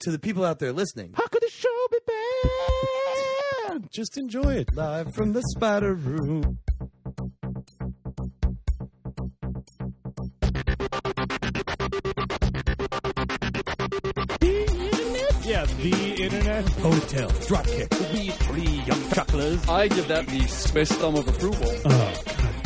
to the people out there listening. How could the show be bad? Just enjoy it. Live from the spider room. Yeah, the internet. Hotel. Dropkick. We three young chucklers. I give that the space thumb of approval. Oh, God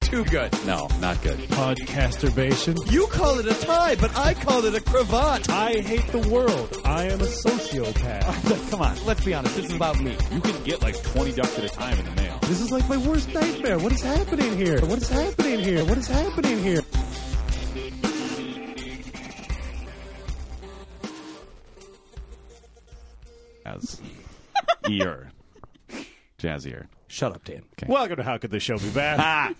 Too good. No, not good. Podcasturbation. You call it a tie, but I call it a cravat. I hate the world. I am a sociopath. Come on. Let's be honest, this is about me. You can get like 20 ducks at a time in the mail. This is like my worst nightmare. What is happening here? What is happening here? What is happening here? As ear. Jazzier. Shut up, Dan. Welcome to How Could the Show Be Bad?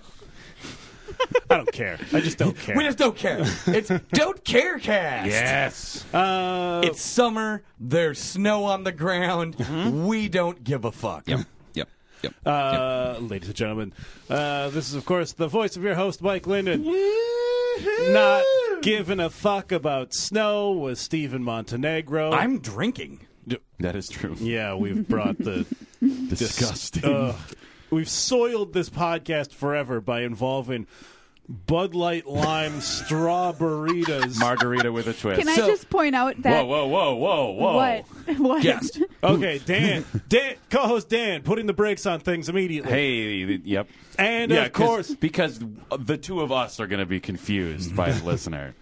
I don't care. I just don't care. We just don't care. It's Don't Care Cast. yes. Uh, It's summer. There's snow on the ground. Mm-hmm. We don't give a fuck. Yep. Yep. Yep. uh, ladies and gentlemen, uh, this is, of course, the voice of your host, Mike Linden. Not giving a fuck about snow with Stephen Montenegro. I'm drinking. that is true. yeah, uh, we've brought the. Disgusting. Ugh. we've soiled this podcast forever by involving Bud Light Lime straw burritos. Margarita with a twist. Can So- I just point out that whoa, whoa, whoa, whoa. what what Yes. okay, Dan, Dan, co-host Dan, putting the brakes on things immediately. Hey, th- yep. and yeah, of 'cause- course, Because the two of us are going to be confused by the listener.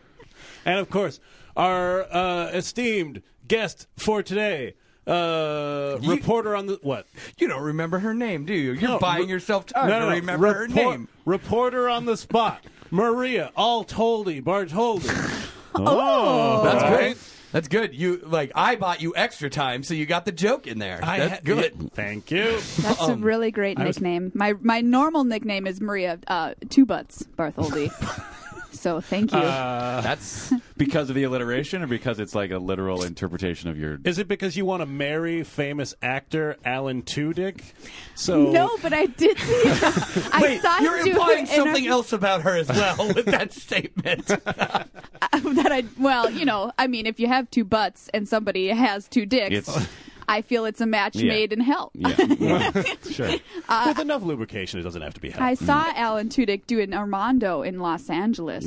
and of course, our uh, esteemed guest for today, uh, You- reporter on the what? You don't remember her name, do you? You're No, buying re- yourself time to remember her report- name. Reporter on the spot, Maria Altholdy Bartholdi. oh, That's great. That's good. You like I bought you extra time, so you got the joke in there. I That's ha- good. yeah, thank you. That's a Um, really great nickname. My my normal nickname is Maria uh, Two Butts Bartholdi. so thank you. Oh. That's Because of the alliteration or because it's like a literal interpretation of your. Is it because you want to marry famous actor Alan Tudyk? So no, but I did see. I wait. saw him You're do implying an something interview else about her as well with that statement. that I well, you know, I mean, if you have two butts and somebody has two dicks, It's- I feel it's a match Yeah. made in hell. Yeah. sure. With enough lubrication, it doesn't have to be hell. I Mm. saw Alan Tudyk do an Armando in Los Angeles.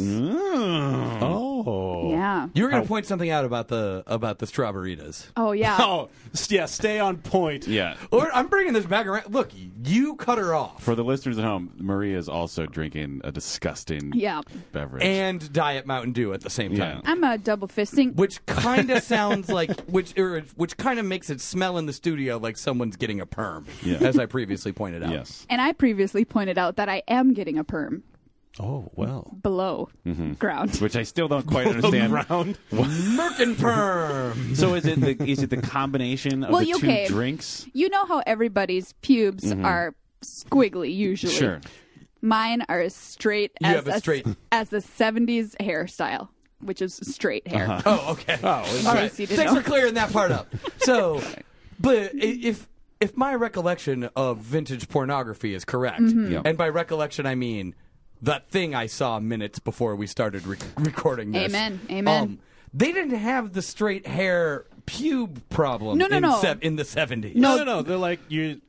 Mm. oh. Yeah. Mm. you were going to point something out about the about the strawberries. Oh yeah. Oh, s- yeah, stay on point. yeah. Or I'm bringing this back around. Look, you cut her off For the listeners at home, Maria is also drinking a disgusting Yeah. beverage. and Diet Mountain Dew at the same Yeah. time. I'm a double fisting. Which kind of sounds like which or which kind of makes it smell in the studio like someone's getting a perm, Yeah. as I previously pointed out. yes. And I previously pointed out that I am getting a perm Oh, well. below Mm-hmm. ground. Which I still don't quite understand. Round. Merkin perm. So is it the is it the combination of Well, the you- two okay. drinks? You know how everybody's pubes are squiggly usually. Mm-hmm. Sure. Mine are as straight You as have a straight- as the '70s hairstyle, which is straight hair. Uh-huh. Oh, okay. Oh, All In right. case you didn't Thanks know. for clearing that part up. So, but i- if if my recollection of vintage pornography is correct, Mm-hmm. Yep. and by recollection I mean that thing I saw minutes before we started rec recording this. Um, Amen. Amen. they didn't have the straight hair pube problem. No, no, in no. in the seventies. no, no, no. They're like, you.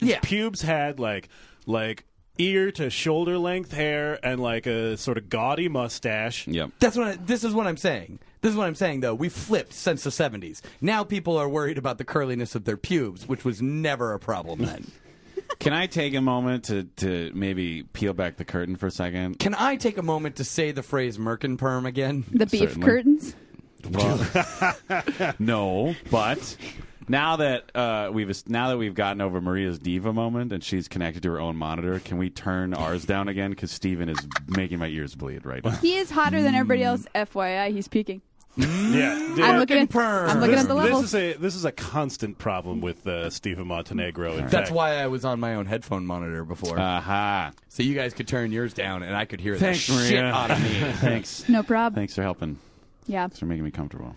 Yeah. Pubes had, like, like ear to shoulder length hair and, like, a sort of gaudy mustache. Yep. That's what I, this is what I'm saying. This is what I'm saying though. We flipped since the 70s. Now people are worried about the curliness of their pubes, which was never a problem then. Can I take a moment to, to maybe peel back the curtain for a second? Can I take a moment to say the phrase merkin perm again? The beef Certainly. curtains. No, but now that uh, we've now that we've gotten over Maria's diva moment and she's connected to her own monitor, can we turn ours down again? Because Steven is making my ears bleed right now. He is hotter than everybody else. FYI, he's peaking. Yeah. dude. I'm looking. At, perm. I'm looking this, at the this levels. is a this is a constant problem with uh, Stephen Montenegro. In That's fact. why I was on my own headphone monitor before, Aha! so you guys could turn yours down and I could hear Uh, Thanks, the shit Maria. out of me. Thanks. No problem. Thanks for helping. Yeah. Thanks for making me comfortable.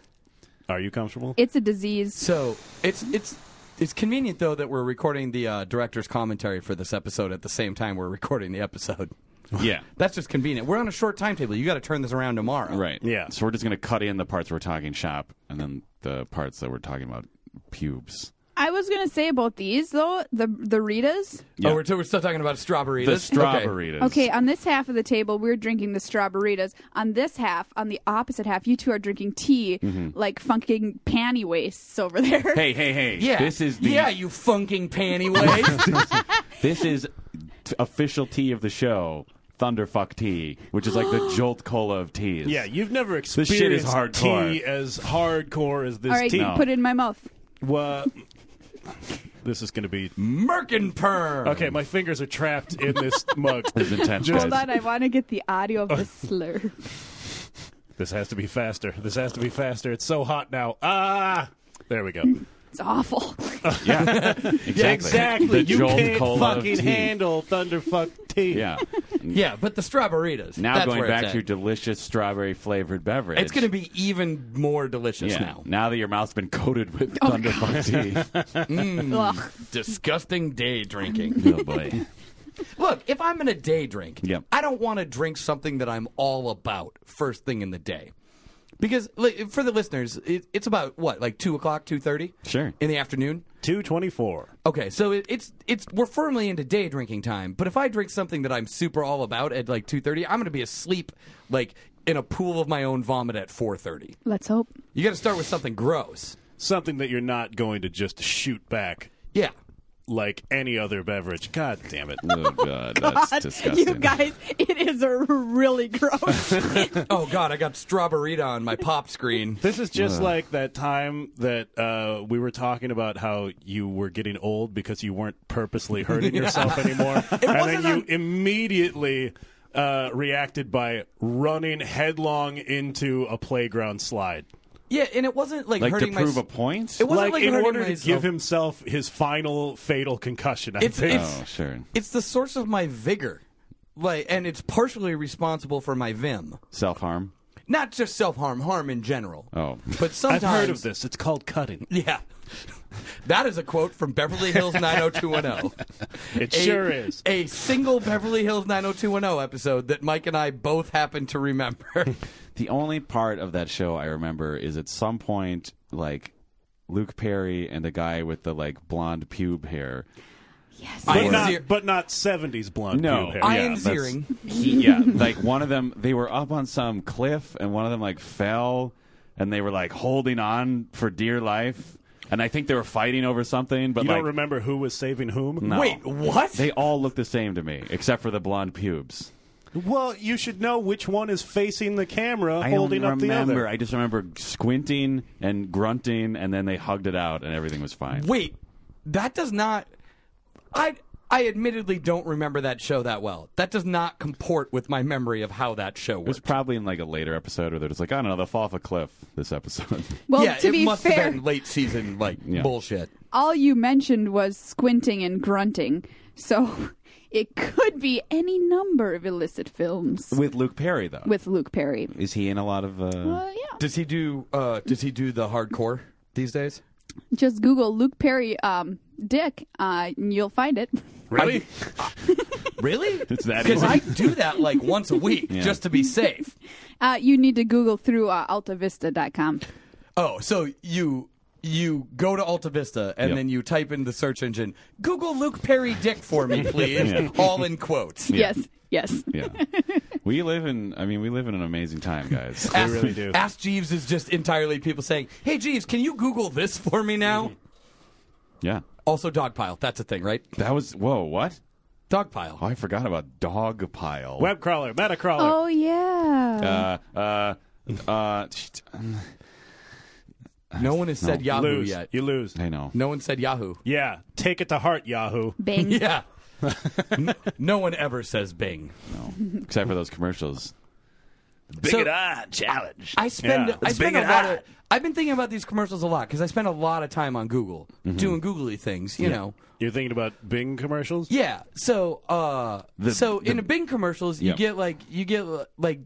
Are you comfortable? It's a disease. So it's it's it's convenient though that we're recording the uh, director's commentary for this episode at the same time we're recording the episode. Yeah. That's just convenient. We're on a short timetable. You got to turn this around tomorrow. Right. Yeah. So we're just gonna cut in the parts we're talking shop, and then the parts that we're talking about pubes. I was gonna say about these though the the Ritas. Yeah. Oh, we're, we're still talking about strawberry. The This- Okay. strawberries. Okay, on this half of the table, we're drinking the strawberritas. On this half, on the opposite half, you two are drinking tea, Mm-hmm. like fucking panty waists over there. Hey, hey, hey. Yeah. This is the yeah, you funking panty waist. this is t- official tea of the show, Thunderfuck Tea, which is like the Jolt Cola of teas. Yeah, you've never shit experienced is hardcore. tea as hardcore as this All right, tea. No. put it in my mouth. What? This is going to be Merkinperm. okay. My fingers are trapped in this mug. It's intense. Just- Hold guys. on, I want to get the audio of the slur. This has to be faster. This has to be faster. It's so hot now. Ah, there we go. It's awful. Yeah. Exactly. The you Jolt can't Cola of fucking tea. handle thunderfuck tea. Yeah. Yeah, but the strawberritas. Now that's going where it's back at. to delicious strawberry flavored beverage. It's going to be even more delicious yeah. now. that your mouth's been coated with Oh, Thunderfuck Tea. Mm. Ugh. Disgusting day drinking. oh boy. Look, if I'm going to day drink, Yep. I don't want to drink something that I'm all about first thing in the day. Because like, for the listeners, it, it's about what, like two o'clock, two thirty, Sure. in the afternoon. Two twenty-four. Okay, so it, it's it's we're firmly into day drinking time. But if I drink something that I'm super all about at like two thirty, I'm going to be asleep like in a pool of my own vomit at four thirty. Let's hope. You got to start with something gross. Something that you're not going to just shoot back Yeah. like any other beverage. God damn it. Oh god, that's disgusting. You guys, it is a really gross. Oh God, I got strawberry on my pop screen. This is just Uh. like that time that uh, we were talking about how you were getting old because you weren't purposely hurting yourself anymore, and then wasn't you on- immediately uh, reacted by running headlong into a playground slide. Yeah, and it wasn't like, like to hurting prove my. a point? It wasn't Like, like, in hurting order to myself. give himself his final fatal concussion, I It's- think. it's- oh, sure. It's the source of my vigor, like, and it's partially responsible for my vim. Self harm. Not just self harm, harm in general. Oh. but I've sometimes heard of this. It's called cutting. Yeah, that is a quote from Beverly Hills 90210. It A- sure is. a single Beverly Hills 90210 episode that Mike and I both happen to remember. The only part of that show I remember is at some point, like Luke Perry and the guy with the like blonde pube hair. But am not, ser- but not 70s blonde No, pube hair. I yeah, am that's- searing. He, yeah, like one of them, they were up on some cliff, and one of them like fell, and they were like holding on for dear life, and I think they were fighting over something. But You like, don't remember who was saving whom? no. Wait, what? They all look the same to me, except for the blonde pubes. Well, you should know which one is facing the camera, I don't holding up remember. the other. I just remember squinting and grunting, and then they hugged it out, and everything was fine. Wait, that does not. I I admittedly don't remember that show that well. That does not comport with my memory of how that show It was worked. probably in like a later episode where they're just like, I don't know, they'll fall off a cliff this episode. Well, yeah, to it be must fair, have been late season like Yeah. bullshit. all you mentioned was squinting and grunting, so it could be any number of illicit films With Luke Perry, though. with Luke Perry. Mm. Is he in a lot of. Uh... Uh, yeah. Does he do? Uh, does he do the hardcore these days? Just Google Luke Perry um, dick, uh, and you'll find it. Really? Really? It's that Because easy. I do that like once a week just to be safe. Uh, you need to Google through uh, altavista.com. Oh, so you you go to Alta Vista and Yep. then you type in the search engine Google Luke Perry dick for me, please, Yeah. all in quotes. Yes, yes. Yeah. we live in, I mean, we live in an amazing time, guys. Ask, really do. Ask Jeeves is just entirely people saying, "Hey Jeeves, can you Google this for me now?" yeah. Also, dogpile. That's a thing, right? That was, whoa, what? Oh, Dogpile. I forgot about dog pile. Web crawler, meta crawler. Oh, yeah. Uh, uh, uh, shit. No one has said Yahoo lose. yet. You lose. I know. No one said Yahoo. Yeah, take it to heart, Yahoo. Bing. Yeah. no, no one ever says Bing. No. Except for those commercials. So- Ah, challenge. I spend Yeah. I It's spend big a and lot hot. of I've been thinking about these commercials a lot because I spend a lot of time on Google Mm-hmm. doing googly things, you know. You're thinking about Bing commercials? Yeah. So uh so in a Bing commercials you Yeah. get like you get like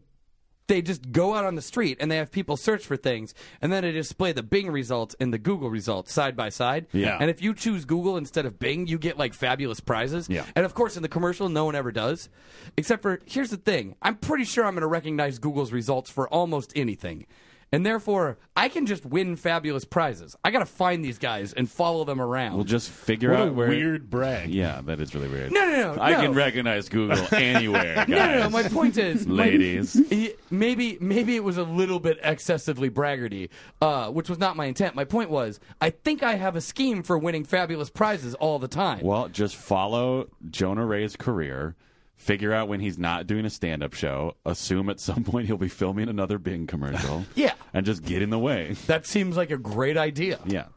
they just go out on the street and they have people search for things and then they display the Bing results and the Google results side by side. Yeah. And if you choose Google instead of Bing, you get like fabulous prizes. Yeah. And of course in the commercial no one ever does. Except for here's the thing. I'm pretty sure I'm gonna recognize Google's results for almost anything. And therefore, I can just win fabulous prizes. I gotta find these guys and follow them around. We'll just figure What out a where. weird brag. Yeah, that is really weird. No, no, no, I no. can recognize Google anywhere, guys. no, no, no. My point is, my- Ladies. he- maybe maybe it was a little bit excessively braggarty, uh, which was not my intent. My point was, I think I have a scheme for winning fabulous prizes all the time. Well, just follow Jonah Ray's career. Figure out when he's not doing a stand-up show. Assume at some point he'll be filming another Bing commercial. Yeah. and just get in the way. That seems like a great idea. Yeah,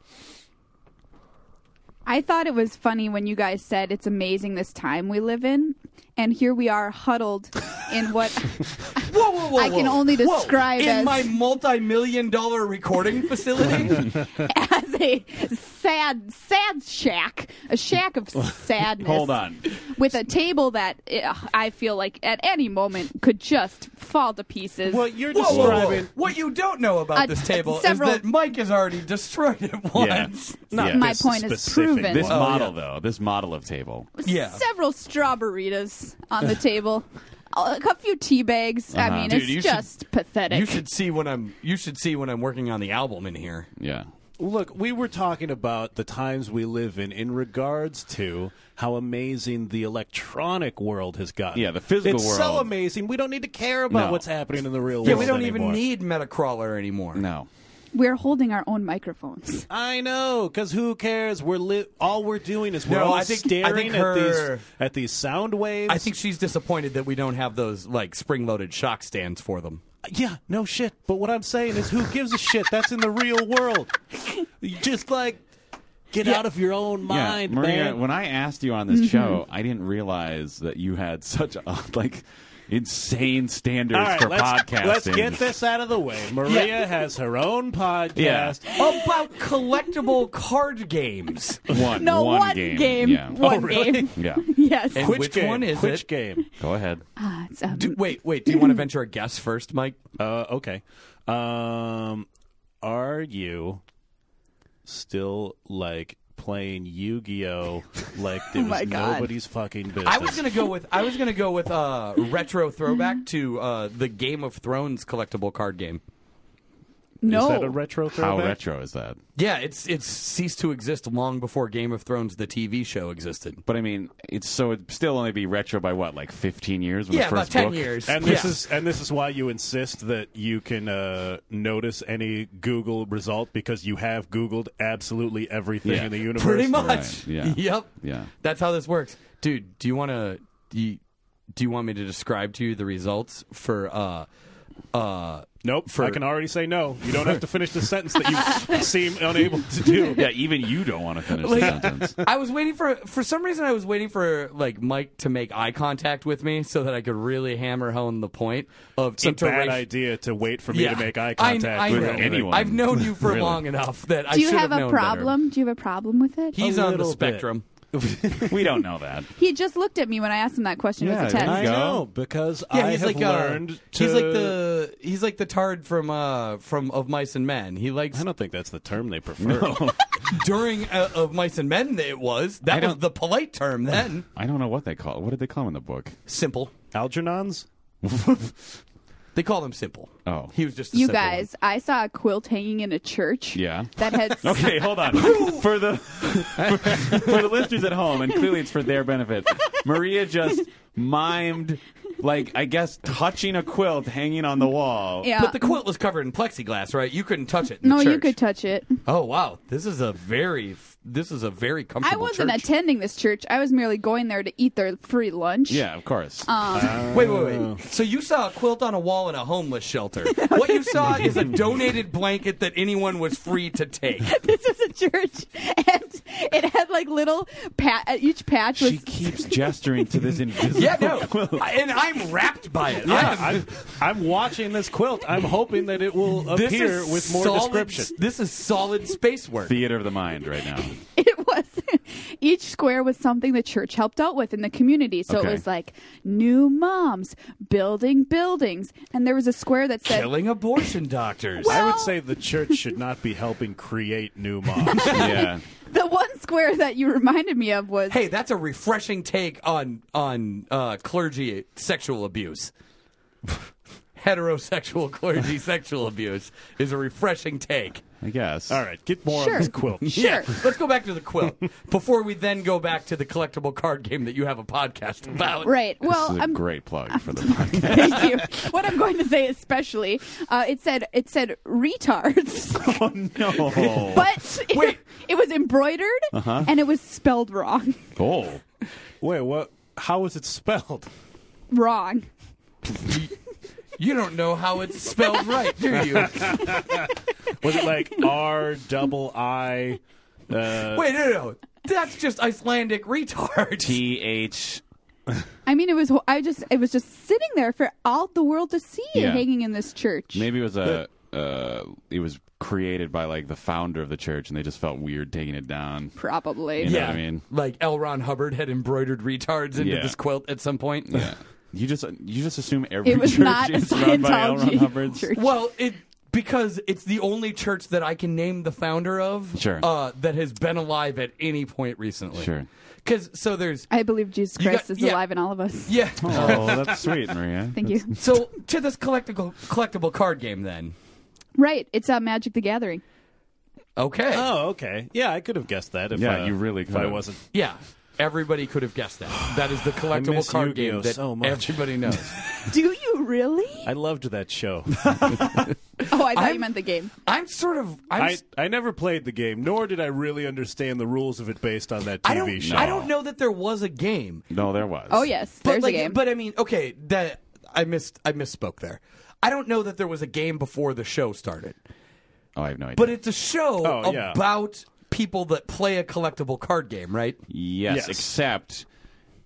I thought it was funny when you guys said it's amazing this time we live in, and here we are huddled in what Whoa, whoa, whoa! I can whoa. only Whoa. describe in as- my multi-million dollar recording facility. as a sad, sad shack, a shack of sadness. Hold on. With a table that eh, I feel like at any moment could just fall to pieces. Well, you're whoa, whoa, whoa! describing. What you don't know about Uh, this table several- is that Mike has already destroyed it once. Not Yeah. my Oh, this point is specific proven. This one. yeah. model, though, this model of table. Yeah. Several strawberries on the table. A a few tea bags. I Uh-huh. mean, Dude, it's you should- just pathetic. You should see when I'm. You should see when I'm working on the album in here. Yeah. Look, we were talking about the times we live in in regards to how amazing the electronic world has gotten. Yeah, the physical it's so world. amazing. We don't need to care about No. what's happening in the real Yeah, world. we don't even anymore. need Metacrawler anymore. No. We're holding our own microphones. I know, because who cares? We're li- all we're doing is we're No, all I think- I staring think at her- these at these sound waves. I think she's disappointed that we don't have those like spring-loaded shock stands for them. Yeah, no shit. But what I'm saying is, who gives a shit? That's in the real world. You Just like get out of your own mind, yeah, Maria. man. When I asked you on this show, I didn't realize that you had such a, like insane standards all right, for let's, podcasting. let's get this out of the way. Maria has her own podcast. About collectible card games. one, No, one, one game. game. Yeah. One Oh, really? game. yeah. Yes. And- Which Which game? one is Which it? game? Go ahead. Ah, it's, um, Do, wait, wait. Do you want to venture a guess first, Mike? Uh, okay. Um, are you still like playing Yu-Gi-Oh? Like there was my God. nobody's fucking business. Oh I was gonna go with I was gonna go with uh, retro throwback to uh, the Game of Thrones collectible card game. no. Is that a retro How throwback? retro is that? Yeah, it's it's ceased to exist long before Game of Thrones, the TV show, existed. But I mean, it's so it'd still only be retro by what, like fifteen years? When Yeah, the first about ten book? years. And this Yeah. is and this is why you insist that you can uh, notice any Google result because you have Googled absolutely everything Yeah. in the universe. pretty much. Right, yeah. Yep. Yeah. That's how this works, dude. Do you want to? Do you, do you want me to describe to you the results for? uh uh Nope. For- I can already say no. You don't have to finish the sentence that you seem unable to do. Yeah, even you don't want to finish the Like- sentence. I was waiting for for some reason I was waiting for like Mike to make eye contact with me so that I could really hammer home the point of It's a bad interrac- idea to wait for me Yeah. to make eye I- contact I with know. anyone. I've known you for Really. long enough that I Do you should have a known better. problem? Do you have a problem with it? He's A on the little bit. spectrum. We don't know that. He just looked at me when I asked him that question. it was a Yeah, test. I Go. know because Yeah, I he's have like learned uh, to. he's like the he's like the tard from uh from of mice and men. He likes I don't think that's the term they prefer. during uh, of mice and men it was that was don't- the polite term then I don't know what they call. What did they call him in the book? simple Algernon's. they called him simple Oh. he was just a You simple guys, I saw a quilt hanging in a church. Yeah. That had Okay, hold on. for the for the listeners at home, and clearly it's for their benefit. Maria just mimed, like I guess, touching a quilt hanging on the wall. Yeah. one. but the quilt was covered in plexiglass right you couldn't touch it in the no, you church. could touch it. oh wow this is a very this is a very comfortable I wasn't church. attending this church. I was merely going there to eat their free lunch. Yeah, of course. Um, wait wait Uh. wait so you saw a quilt on a wall in a homeless shelter what you saw is a donated blanket that anyone was free to take This was a church, and it had like little pat. Each patch was she keeps gesturing to this invisible yeah no quilt. and i'm wrapped by it Yeah, I'm- I'm, I'm watching this quilt. I'm hoping that it will this appear is with more solid, description. This is solid space work. Theater of the mind, right now. it was Each square was something the church helped out with in the community. So Okay. it was like new moms building buildings, and there was a square that said Killing abortion doctors. I would say the church should not be helping create new moms. yeah. the one square that you reminded me of was hey, that's a refreshing take on on uh, clergy sexual abuse. Heterosexual clergy sexual abuse is a refreshing take. I guess. All right, get more Sure. on this quilt. sure. Let's go back to the quilt before we then go back to the collectible card game that you have a podcast about. Right. This Well, is a I'm great plug for the podcast. Thank you. What I'm going to say, especially, uh, it said it said retards, no. but it, Wait. it was embroidered Uh-huh. and it was spelled wrong. oh. Wait, what? How is it spelled? Wrong. You don't know how it's spelled right, do you? Uh, Was it like R double I? Uh, Wait, no, no, no. That's just Icelandic retard. T H. I mean, it was. I just. It was just sitting there for all the world to see, Yeah. hanging in this church. Maybe it was a. Uh, it was created by like the founder of the church, and they just felt weird taking it down. Probably. You know what I mean? Like L. Ron Hubbard had embroidered retards into Yeah. this quilt at some point. Yeah. You just you just assume every It was church not a is run by L. Ron Scientology Hubbard's. church. Well, it because it's the only church that I can name the founder of Sure. uh, that has been alive at any point recently. Sure. Because so there's I believe Jesus You Christ got- is yeah. alive in all of us. yeah. Oh, that's sweet, Maria. Thank you. So to this collectible collectible card game then. Right. It's uh, Magic the Gathering. Okay. Oh, okay. Yeah, I could have guessed that if, Yeah, uh, you really if I could've. wasn't Yeah. Everybody could have guessed that. That is the I collectible miss card Yu-Gi-Oh! game that so much. everybody knows. Do you really? I loved that show. Oh, I thought I'm- you meant the game. I'm sort of I'm I, s- I never played the game, nor did I really understand the rules of it based on that TV I don't show. I don't know that there was a game. No, there was. Oh yes, But there's like, a game. but I mean, okay, that I missed I misspoke there. I don't know that there was a game before the show started. Oh, I have no idea. But it's a show Oh, yeah. about people that play a collectible card game, right? Yes, Yes. except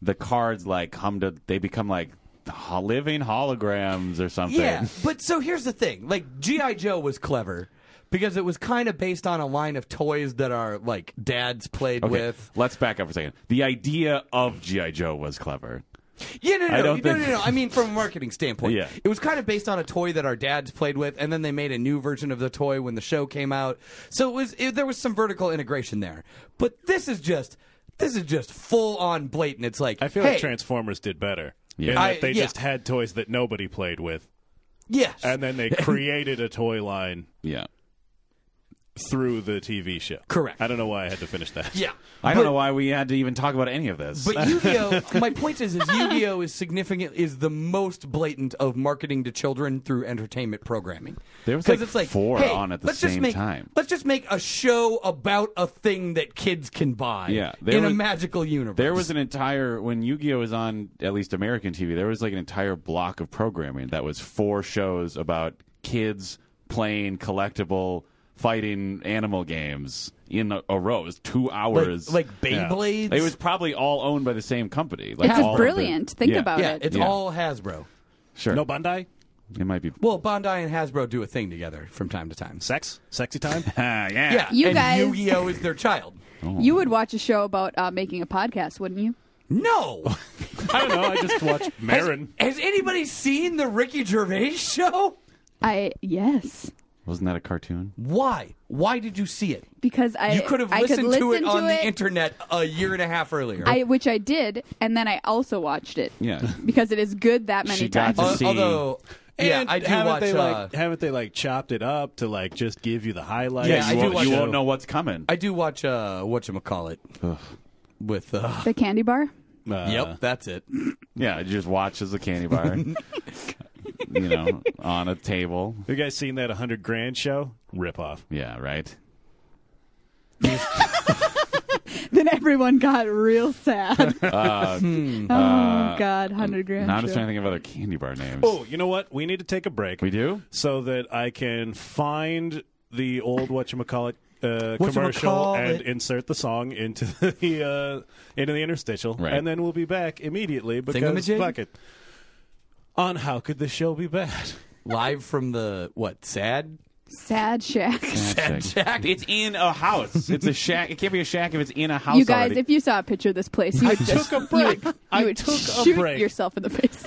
the cards like come to they become like ho- living holograms or something. Yeah. But so here's the thing. Like GI Joe was clever because it was kind of based on a line of toys that our like dads played Okay, with. let's back up for a second. The idea of GI Joe was clever. Yeah, no, no, I no, don't no, think- no, no. I mean, from a marketing standpoint, Yeah. it was kind of based on a toy that our dads played with, and then they made a new version of the toy when the show came out. So it was it, there was some vertical integration there, but this is just this is just full on blatant. It's like I feel hey, like Transformers did better. Yeah. In that I- they yeah. just had toys that nobody played with, yes, and then they created a toy line Yeah. through the TV show. Correct. I don't know why I had to finish that. yeah. I don't know why we had to even talk about any of this. Uh, But Yu-Gi-Oh! my point is, is Yu-Gi-Oh! is significant is the most blatant of marketing to children through entertainment programming. There was, 'Cause like, it's like four hey, on at the let's just same make- time. Let's just make a show about a thing that kids can buy. Yeah, there in a was- magical universe. there was an entire when Yu-Gi-Oh was on at least American TV, there was like an entire block of programming that was four shows about kids playing collectible fighting animal games in a, a row. It was 2 like, hours. like Beyblades. It was probably all owned by the same company. Like It's just all of the- brilliant. Think Yeah. about yeah, it. it's Yeah. all Hasbro. Sure. No Bandai? It might be. Well, Bondi and Hasbro do a thing together from time to time. Sex? Sexy time? Ah, yeah. Yeah, You and guys- Yu-Gi-Oh is their child. You would watch a show about uh, making a podcast, wouldn't you? No, I don't know. I just watched Marin. has anybody seen the Ricky Gervais show? I yes, Wasn't that a cartoon? Why? Why did you see it? because I You could have I listened could to it listen on the internet a year and a half earlier. I which I did, and then I also watched it. Yeah. because it is good that many She got times. to Al- see- Although, yeah, And I do haven't watch. They, uh, like, haven't they like chopped it up to like just give you the highlights? Yeah, I you, do won't, watch you it. won't know what's coming. I do watch. Uh, what you call it? With uh, the candy bar. Uh, yep, that's it. yeah, you just watch as a candy bar. you know, on a table. You guys seen that 100 grand show? Rip off. Yeah, right. Then everyone got real sad. oh God, hundred grand. Now I'm just show. trying to think of other candy bar names. Oh, you know what? We need to take a break. We do? so that I can find the old whatchamacallit uh, Whatchamacallit. commercial and insert the song into the uh, into the interstitial, Right. and then we'll be back immediately because Thingamajig? fuck it. On how could the show be bad? Live from the what? Sad Sad shack. Sad shack. Jack, It's in a house. It's a shack. It can't be a shack if it's in a house. You guys, already. if you saw a picture of this place, you would took just a you would- break. You would, I took a shoot break. yourself in the face.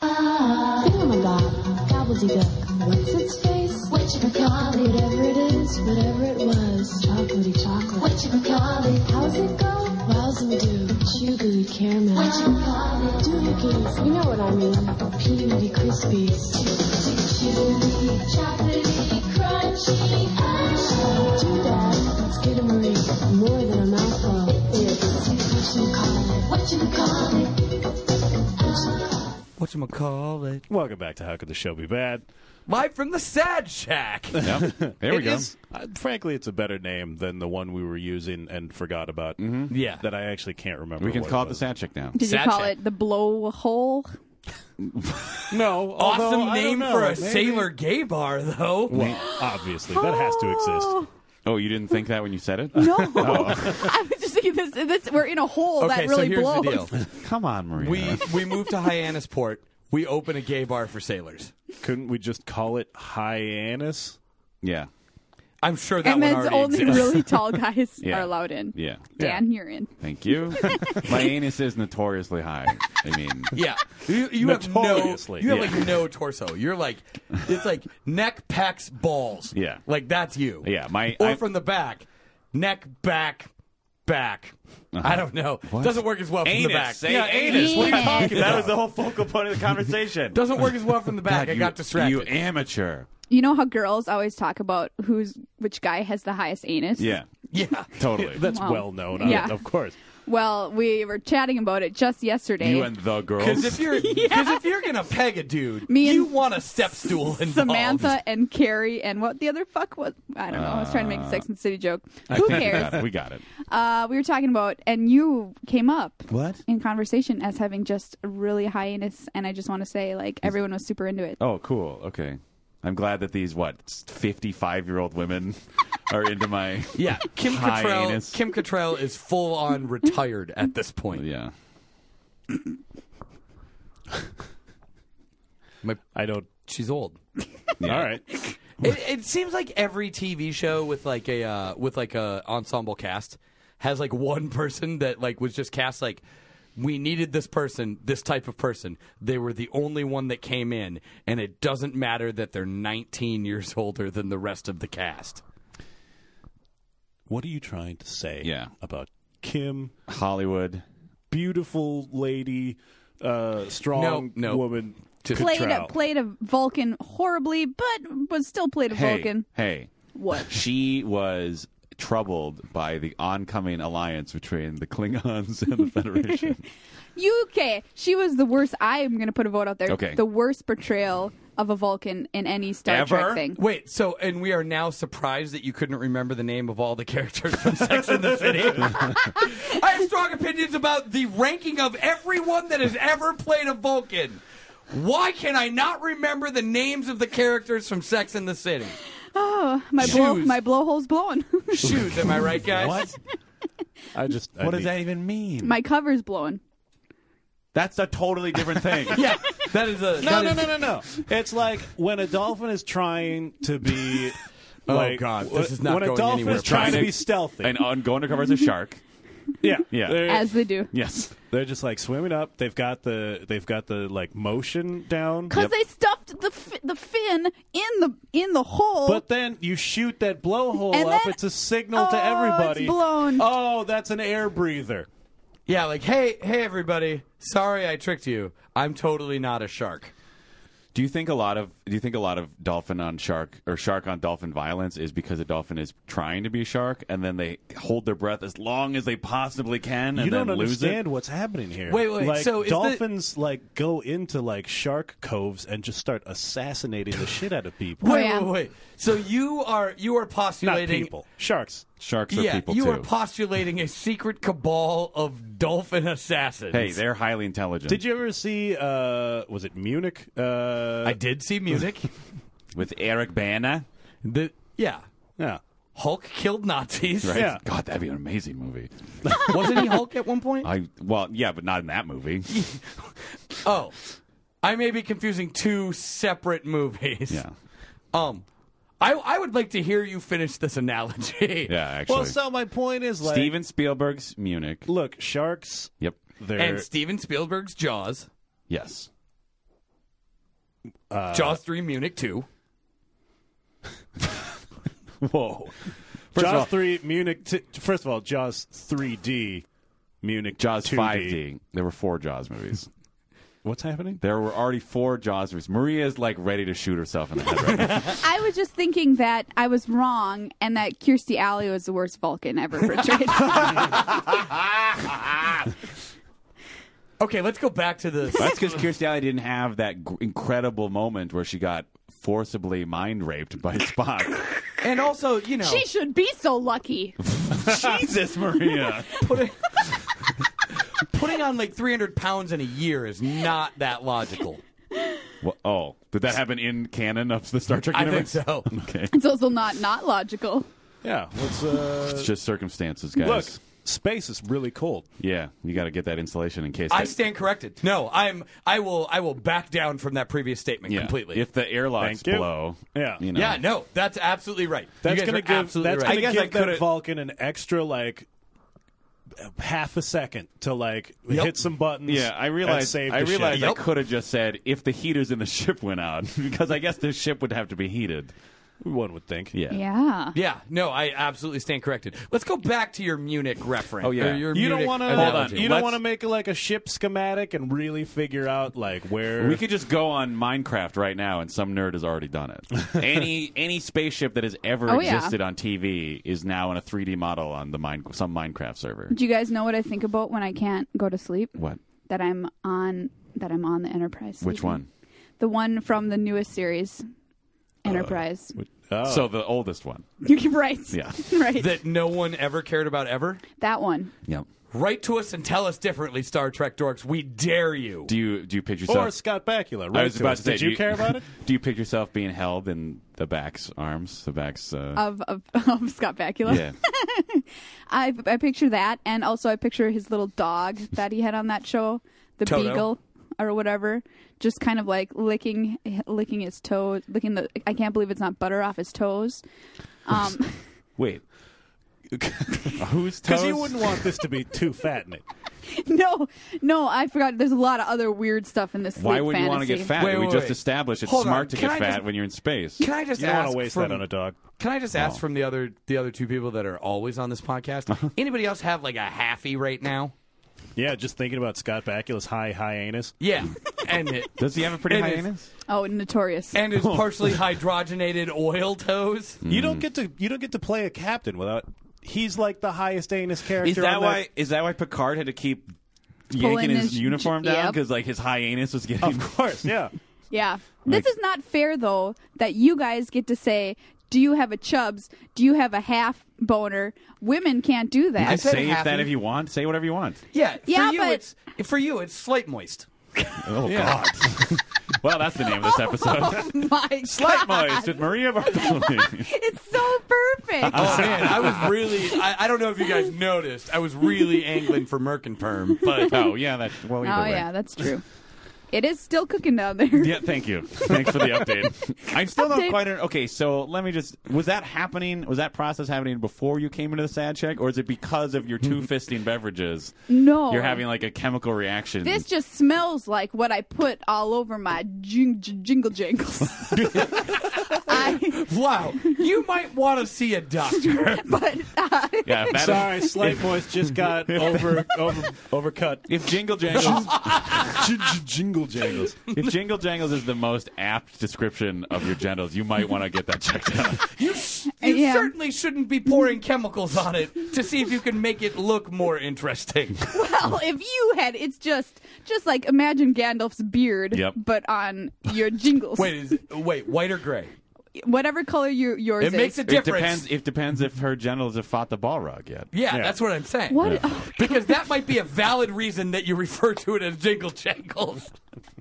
Ah, gobbledygook, gobbledygook. What's its face? What you call it? Whatever it is, whatever it was, chocolatey chocolate. What you call it? How's it go? Wowzoo doo, sugary caramel. What you call it? Doohickeys, you know what I mean. Peanutty crispies. Chewy, chocolatey, crunchy, crunchy. Too bad, it's Gatorade, more than a mouthful. It's what you call it? What you call it? What you call it? whatchamacallit? Welcome back to How Could the Show Be Bad? Live from the Sad Shack. Yep. There we It go. is- uh, frankly, it's a better name than the one we were using and forgot about. yeah. That I actually can't remember. Mm-hmm. We can what call it the was. Sad Chick now. Did Sad you call shack. it the blowhole? No, although, Awesome I don't name know, for a maybe- sailor gay bar, though. Well, obviously, that has to exist. Oh, you didn't think that when you said it? No, I was just thinking this. This we're in a hole Okay, that so really here's blows. the deal. Come on, Maria. We we moved to Hyannisport. We open a gay bar for sailors. Couldn't we just call it Hyannis? yeah. I'm sure that And one then already only exists. really tall guys Yeah. are allowed in. Yeah. Dan, you're in. Thank you. My anus is notoriously high. I mean, Yeah, you, you have no, Notoriously. you have Yeah. like no torso. You're like, it's like neck, pecs, balls. Yeah. like that's you. Yeah, my- or I- from the back, neck, back, back. I don't know. Doesn't work as well from the back. Uh-huh. Say yeah, anus. What are you Anus. talking about? That was the whole focal point of the conversation. doesn't work as well from the back. God, I you- got distracted. You amateur. You know how girls always talk about who's which guy has the highest anus? Yeah, yeah, totally. That's Wow. well known, Yeah. of course. Well, we were chatting about it just yesterday. you and the because girls. if you're because if you're gonna peg a dude, Me and you want a step stool involved. Samantha and Carrie and what the other fuck was I don't know. I was trying to make a Sex and the City joke. Who We got cares? it. We got it. Uh, we were talking about and you came up What? in conversation as having just a really high anus and I just want to say like everyone was super into it. Oh, cool. Okay. I'm glad that these what 55 year old women are into my Yeah, Kim high Cattrall. anus. Kim Cattrall is full on retired at this point. yeah. My, I don't. she's old. Yeah. All right. It, it seems like every TV show with like a uh, with like a ensemble cast has like one person that like was just cast like we needed this person, this type of person. They were the only one that came in, and it doesn't matter that they're 19 years older than the rest of the cast. What are you trying to say Yeah. about Kim? Hollywood. Beautiful lady, uh, strong No, no. woman. Just- played a Cattrall. played a Vulcan horribly, but was still played a Hey, Vulcan. hey. What? She was troubled by the oncoming alliance between the Klingons and the Federation. UK. She was the worst. I am going to put a vote out there. Okay. The worst portrayal of a Vulcan in any Star Ever? Trek thing. Wait, so and we are now surprised that you couldn't remember the name of all the characters from Sex and the City. I have strong opinions about the ranking of everyone that has ever played a Vulcan. Why can I not remember the names of the characters from Sex and the City? My blow, Shoes. my blowhole's blown. Shoes, am I right, guys? I just. I what does need- that even mean? my cover's blown. That's a totally different thing. Yeah, that is a No, that no, is- no, no, no. It's like when a dolphin is trying to be. Oh, like, God, wh- this is not when going a dolphin anywhere is trying to fast. be stealthy. And on going undercover as a shark. yeah, Yeah. They're, As they do. Yes. they're just like swimming up. They've got the they've got the like motion down. Because they stuffed the f- the fin in the in the hole. But then you shoot that blowhole And up. then- it's a signal Oh, to everybody. it's blown. Oh, that's an air breather. Yeah, like hey, hey everybody, sorry I tricked you. I'm totally not a shark. Do you think a lot of do you think a lot of dolphin on shark or shark on dolphin violence is because a dolphin is trying to be a shark and then they hold their breath as long as they possibly can and you don't then lose understand it? what's happening here. Wait, wait, Like, so is the- dolphins like go into like shark coves and just start assassinating the shit out of people. Oh, Wait, yeah. wait, wait. So you are you are Not postulating people, sharks. Sharks are yeah, people you too. are postulating a secret cabal of dolphin assassins. hey, they're highly intelligent. Did you ever see? uh Was it Munich? Uh, I did see Munich. with Eric Bana? the, yeah, yeah. Hulk killed Nazis. Right? Yeah. God, that'd be an amazing movie. Wasn't he Hulk at one point? I well, yeah, but not in that movie. oh, I may be confusing two separate movies. Yeah. Um, I, I would like to hear you finish this analogy. Yeah, actually. Well, so my point is like Steven Spielberg's Munich. Look, sharks. Yep. They're And Steven Spielberg's Jaws, Yes. Uh, Jaws 3 Munich 2. whoa. First Jaws of all- three Munich. T- first of all, Jaws three D, Munich Jaws 2D. 5D. There were four Jaws movies. What's happening? There were already four Jaws movies. Maria is like ready to shoot herself in the head right now. I was just thinking that I was wrong and that Kirstie Alley was the worst Vulcan ever portrayed. Okay, let's go back to this. That's because Kirstie Alley didn't have that gr- incredible moment where she got forcibly mind raped by Spock. and also, you know, she should be so lucky. Jesus, Maria. putting, putting on like 300 pounds in a year is not that logical. Well, oh, did that happen in canon of the Star Trek I think universe? so. Okay. It's also not not logical. Yeah. Let's. Uh, It's just circumstances, guys. look, space is really cold. Yeah, you got to get that insulation in case. I that- stand corrected. No, I'm. I will. I will back down from that previous statement yeah, completely. If the airlocks Thank you. blow, Yeah. you know, yeah, no, that's absolutely right. That's you guys gonna are give. absolutely that's right. gonna I guess give I that could've- Vulcan an extra like half a second to like Yep. hit some buttons. Yeah, I and realized. save I the ship. realized Yep. I could have just said if the heaters in the ship went out, because I guess the ship would have to be heated. One would think. Yeah. Yeah. Yeah, no, I absolutely stand corrected. Let's go back to your Munich reference. Oh, yeah. or your You don't Munich want to Hold hold on. on. analogy. You don't Let's- want to make like a ship schematic and really figure out like where We could just go on Minecraft right now, and some nerd has already done it. any any spaceship that has ever Oh, yeah. existed on TV is now in a 3D model on the mine, some Minecraft server. Do you guys know what I think about when I can't go to sleep? What? That I'm on that I'm on the Enterprise. Which sleeping. one? The one from the newest series. Uh, Enterprise. Oh. So the oldest one. You're right. Yeah. right. that no one ever cared about ever. that one. Yep. Write to us and tell us differently, Star Trek dorks. We dare you. Do you do you picture or yourself? Scott Bakula. Right I was about to say, did do you, care about it? Do you picture yourself being held in the back's arms? The back's. Uh, Of, of, of Scott Bakula. yeah. I, I picture that, and also I picture his little dog that he had on that show, the Toto. beagle or whatever, just kind of like licking licking his toes, licking the. I can't believe it's not butter off his toes. Um, Wait. Because Who's toes? you wouldn't want this to be too fattening. no, no, I forgot. There's a lot of other weird stuff in this. Why sleep would you want to fantasy. get fat? Wait, we wait, just wait. established it's Hold on. smart to Can get I fat just- when you're in space. Can I just You don't want ask to waste from- that on a dog. Can I just ask from the other the other two people that are always on this podcast? Anybody else have like a halfie right now? Yeah, just thinking about Scott Bakula's high high anus. Yeah, and it, Does he have a pretty It high is. anus? Oh, notorious. Eh. and his partially hydrogenated oil toes. You Mm. don't get to you don't get to play a captain without. He's like the highest anus character. Is that on why? Is that why Picard had to keep yanking Pulling his, his- uniform down yep. because like his high anus was getting? Of course, yeah. Yeah. This is not fair, though, that you guys get to say, do you have a chubs? Do you have a half boner? Women can't do that. I said say if that happy. if you want. Say whatever you want. Yeah, Yeah, for you but- it's for you it's slight moist. Oh God. well, that's the name of this episode. My Slight Oh, God. moist with Maria Bartolome. It's so perfect. Oh man, I was really I, I don't know if you guys noticed. I was really angling for Merc and Perm, but oh yeah, that. Well, either oh, way. yeah, that's true. It is still cooking down there. Yeah, thank you. Thanks for the update. I'm still not Update. quite. Un- okay, so let me just. Was that happening? Was that process happening before you came into the sad check, or is it because of your two fisting beverages? No. You're having like a chemical reaction. This just smells like what I put all over my jing- j- jingle jangles. I, wow, you might want to see a doctor. but uh, yeah, if that- Sorry, Slate Boys just got over over overcut. If Jingle Jangles, Jingle jangles. if Jingle Jangles is the most apt description of your genitals, you might want to get that checked out. You, sh- you Yeah. certainly shouldn't be pouring chemicals on it to see if you can make it look more interesting. well, if you had, it's just just like imagine Gandalf's beard, Yep. but on your jingles. Wait, is wait, white or gray? whatever color your yours It makes a is. It difference. depends. It depends if her genitals have fought the Balrog yet. Yeah, Yeah. that's what I'm saying. What? Yeah. oh, Because that might be a valid reason that you refer to it as jingle jangles.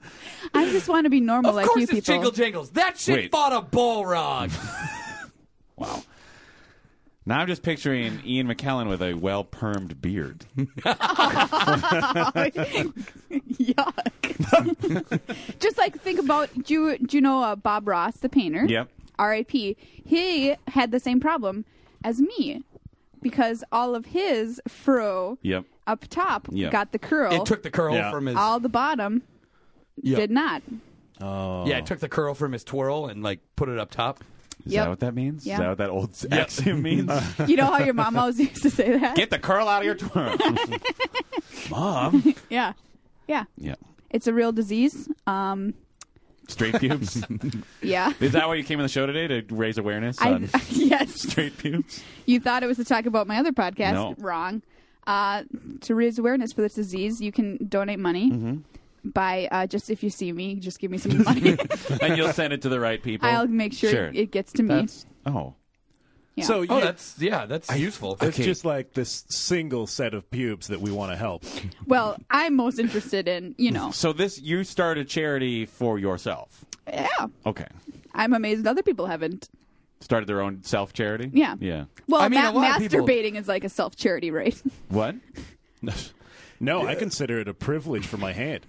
I just want to be normal Of like course, you it's people. jingle jangles. That shit Wait. fought a Balrog. Wow. Now I'm just picturing Ian McKellen with a well permed beard. Yuck. just like think about do you do you know uh, Bob Ross the painter? Yep. R.I.P. He had the same problem as me because all of his fro Yep. up top Yeah. got the curl. It took the curl Yeah. from his. all the bottom Yeah. did not. Oh. Yeah, it took the curl from his twirl and like put it up top. Is Yep. that what that means? Yeah. Is that what that old axiom means? You know how your mom always used to say that? Uh, Get the curl out of your twirl. Mom. yeah. Yeah. Yeah. It's a real disease. Um, Straight pubes. yeah. Is that why you came on the show today to raise awareness I, on yes. straight pubes? You thought it was to talk about my other podcast. No. Wrong. Uh, to raise awareness for this disease, you can donate money Mm-hmm. by uh, just if you see me, just give me some money. and you'll send it to the right people. I'll make sure, Sure. it gets to me. That's oh. Yeah. So Oh, you- that's yeah, that's useful. it's just like this single set of pubes that we want to help. well, I'm most interested in you know, So this you start a charity for yourself. yeah. Okay. I'm amazed other people haven't. Started their own self charity? Yeah. Yeah. Well, I mean, ma- a lot of people- masturbating is like a self charity, right? What? No, I consider it a privilege for my hand.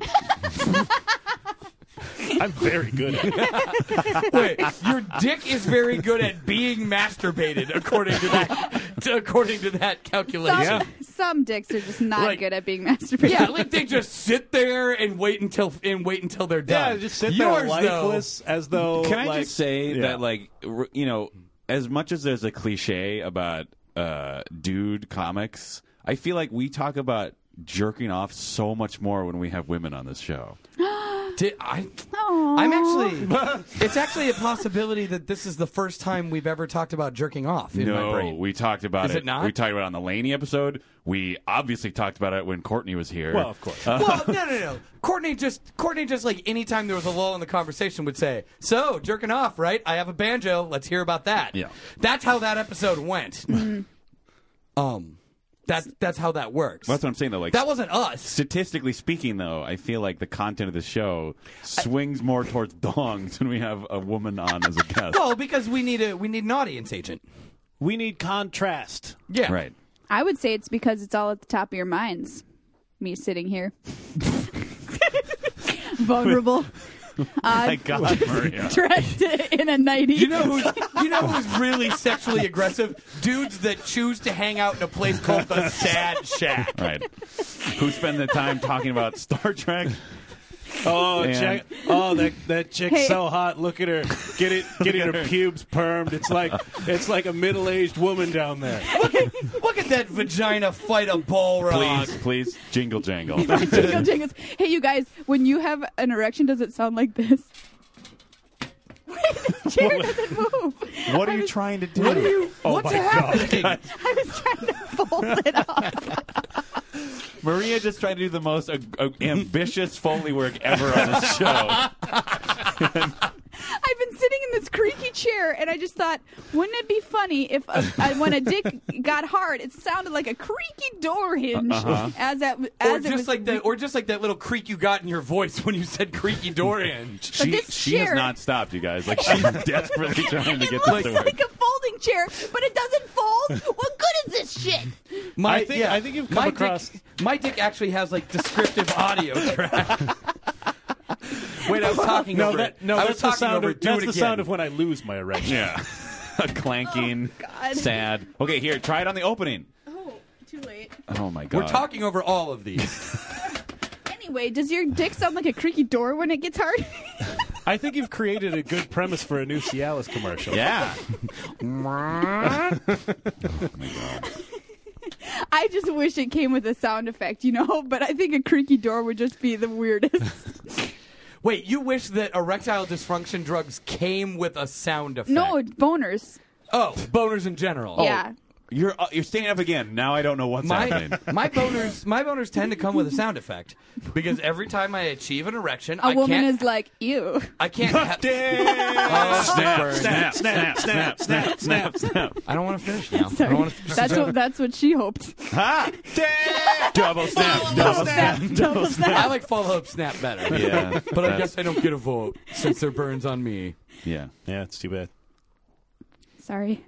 I'm very good at it. Wait, your dick is very good at being masturbated, according to that. To, according to that calculation. Some, some dicks are just not Like- good at being masturbated. Yeah, like they just sit there and wait until and wait until they're done. Yeah, just sit Yours, there though- lifeless as though. Can I like- just say Yeah. that, like, r- you know, as much as there's a cliche about uh, dude comics, I feel like we talk about jerking off so much more when we have women on this show. Did- I, Aw. I'm actually. it's actually a possibility that this is the first time we've ever talked about jerking off in my No, brain. we talked about Is it not? We talked about it on the Laney episode. We obviously talked about it when Courtney was here. Well, of course. well, no, no, no. Courtney just Courtney just like anytime there was a lull in the conversation would say, "So jerking off, right? I have a banjo. Let's hear about that." Yeah. that's how that episode went. um, that's that's how that works. That's what I'm saying, though. Like, that wasn't us. statistically speaking, though, I feel like the content of the show swings more towards dongs when we have a woman on as a guest. Well, because we need a we need an audience agent. we need contrast. Yeah, right. I would say it's because it's all at the top of your minds. Me sitting here, vulnerable, uh, Thank God, Maria. dressed in a nightie. Oh You know who's you know who's really sexually aggressive? Dudes that choose to hang out in a place called the Sad Shack. right. Who spend the time talking about Star Trek? Oh, And- check! Oh, that that chick's Hey. so hot. Look at her, get it, getting her pubes permed. It's like it's like a middle aged woman down there. Look at that vagina fight a bullrog. Please, please, jingle jangle. jingle jingles. Hey, you guys, when you have an erection, does it sound like this? This chair doesn't move. what are you trying to do? Oh What's happening? I was trying to fold it up. Maria just tried to do the most ag- ag- ambitious Foley work ever on this show. I've been sitting in this creaky chair, and I just thought, wouldn't it be funny if a, I- when a dick got hard, it sounded like a creaky door hinge Uh-huh. as that Or as it was just like that, or just like that little creak you got in your voice when you said "creaky door hinge." She, this she has chair- not stopped, you guys. Like she's desperately trying to It get looks this to work. like a folding chair, but it doesn't fold. What good is this shit? My, I think- I think you've come my across- Dick, my dick actually has like descriptive audio track. Wait, I was talking No, over that it. no, I was that's the talking sound over of it. Do that's it the again. sound of when I lose my erection. Yeah. a clanking, Oh, God. sad. Okay, here, try it on the opening. Oh, too late. Oh my god. We're talking over all of these. Anyway, does your dick sound like a creaky door when it gets hard? I think you've created a good premise for a new Cialis commercial. Yeah. I just wish it came with a sound effect, you know. But I think a creaky door would just be the weirdest. Wait, you wish that erectile dysfunction drugs came with a sound effect? no boners. Oh, boners in general. Oh, Yeah. You're uh, you're standing up again. Now I don't know what's My, happening. my boners my boners tend to come with a sound effect because every time I achieve an erection, A I woman can't is like, ew. I can't ha- Snap, burn. snap, snap, snap, snap, snap, snap. I don't want to finish now. I Sorry. don't want to finish That's this what that's what she hoped. Ha! Damn! Double snap, double Double snap. snap, double I snap. like follow up snap better. Yeah. But I guess I don't get a vote since there burns on me. Yeah. yeah, it's too bad. Sorry,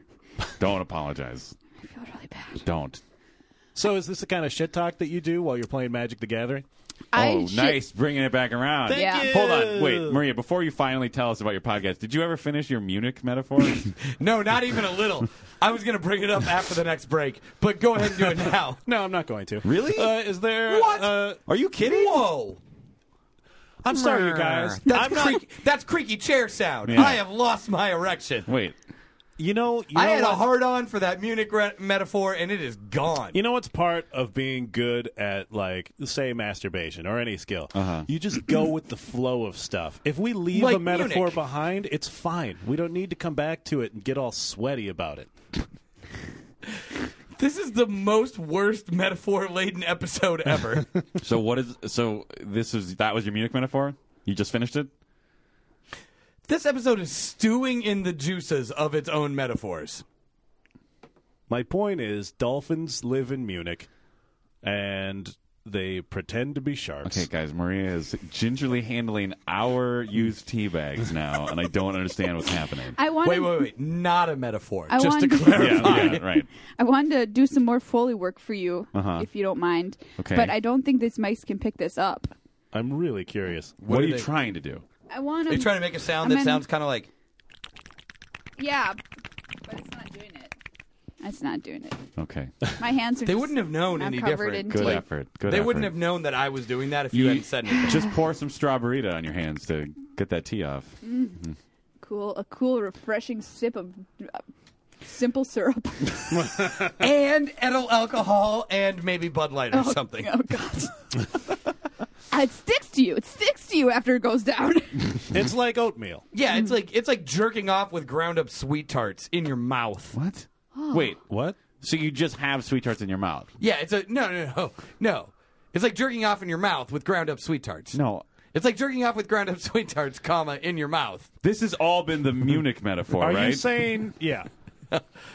Don't apologize. I feel really bad. Don't. So, is this the kind of shit talk that you do while you're playing Magic the Gathering? I oh, should- nice, bringing it back around. Thank Yeah. you. Hold on, wait, Maria. Before you finally tell us about your podcast, did you ever finish your Munich metaphor? No, not even a little. I was going to bring it up after the next break, but go ahead and do it now. No, I'm not going to. Really? Uh, is there? What? Uh, Are you kidding? Whoa. I'm sorry, you guys. That's, I'm not. creak- that's creaky chair sound. Yeah. I have lost my erection. Wait, You know. You I know had a what? hard on for that Munich re- metaphor, and it is gone. You know what's part of being good at like say masturbation or any skill? Uh-huh. You just go with the flow of stuff. If we leave Like a metaphor Munich. behind, it's fine. We don't need to come back to it and get all sweaty about it. this is the most worst metaphor laden episode ever. so what is? So this is that was your Munich metaphor? You just finished it? this episode is stewing in the juices of its own metaphors. My point is, dolphins live in Munich, and they pretend to be sharks. Okay, guys, Maria is gingerly handling our used tea bags now, and I don't understand what's happening. I want. Wait, wait, wait. Not a metaphor. I just to wanted- clarify. yeah, yeah, right. I wanted to do some more Foley work for you, if you don't mind. Okay. But I don't think these mics can pick this up. I'm really curious. What, are are you they- trying to do? I want Are you to. trying to make a sound I'm that in- sounds kind of like. Yeah, but it's not doing it. It's not doing it. Okay, My hands are. They just wouldn't have known not any covered different. in good tea. effort. Good. they effort. wouldn't have known that I was doing that if you, You- hadn't said anything. Just pour some strawberry on your hands to get that tea off. Cool, a cool, refreshing sip of uh, simple syrup. and ethyl alcohol and maybe Bud Light or Oh, something. Oh god. it sticks to you. It sticks to you after it goes down. It's like oatmeal. Yeah, mm. it's like it's like jerking off with ground up sweet tarts in your mouth. What? Wait. What? So you just have sweet tarts in your mouth? Yeah, it's a no, no, no, no. It's like jerking off in your mouth with ground up sweet tarts. No. It's like jerking off with ground up sweet tarts, comma in your mouth. This has all been the Munich metaphor, Are right? you saying? Yeah.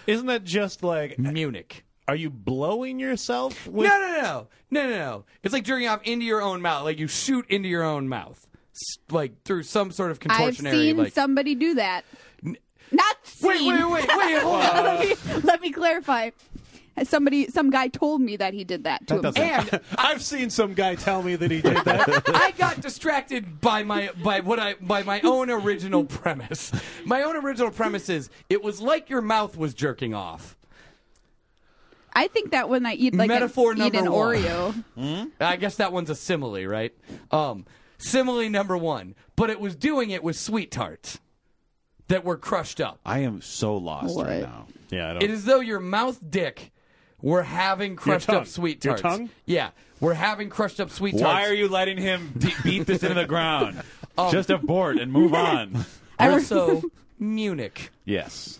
Isn't that just like? Munich. Are you blowing yourself No, with? no, no, no, no, no. It's like jerking off into your own mouth, like you shoot into your own mouth, S- like through some sort of I've contortionary. seen like, somebody do that. Not wait, wait, seen. wait, wait, hold on. let, me, let me clarify. Somebody, some guy told me that he did that to him. doesn't- And I've seen some guy tell me that he did that. I got distracted by my by what I by my own original premise. My own original premise is it was like your mouth was jerking off. I think that when I eat like Metaphor an, eat number an one. Oreo, I guess that one's a simile, right? Um, simile number one, but it was doing it with sweet tarts that were crushed up. I am so lost What? right now. Yeah, I don't. It is though your mouth dick were having crushed tongue. up sweet Your tarts. tongue? Yeah, we're having crushed up sweet tarts. Why are you letting him de- beat this into the ground? Just abort and move on. I- also Munich? Yes.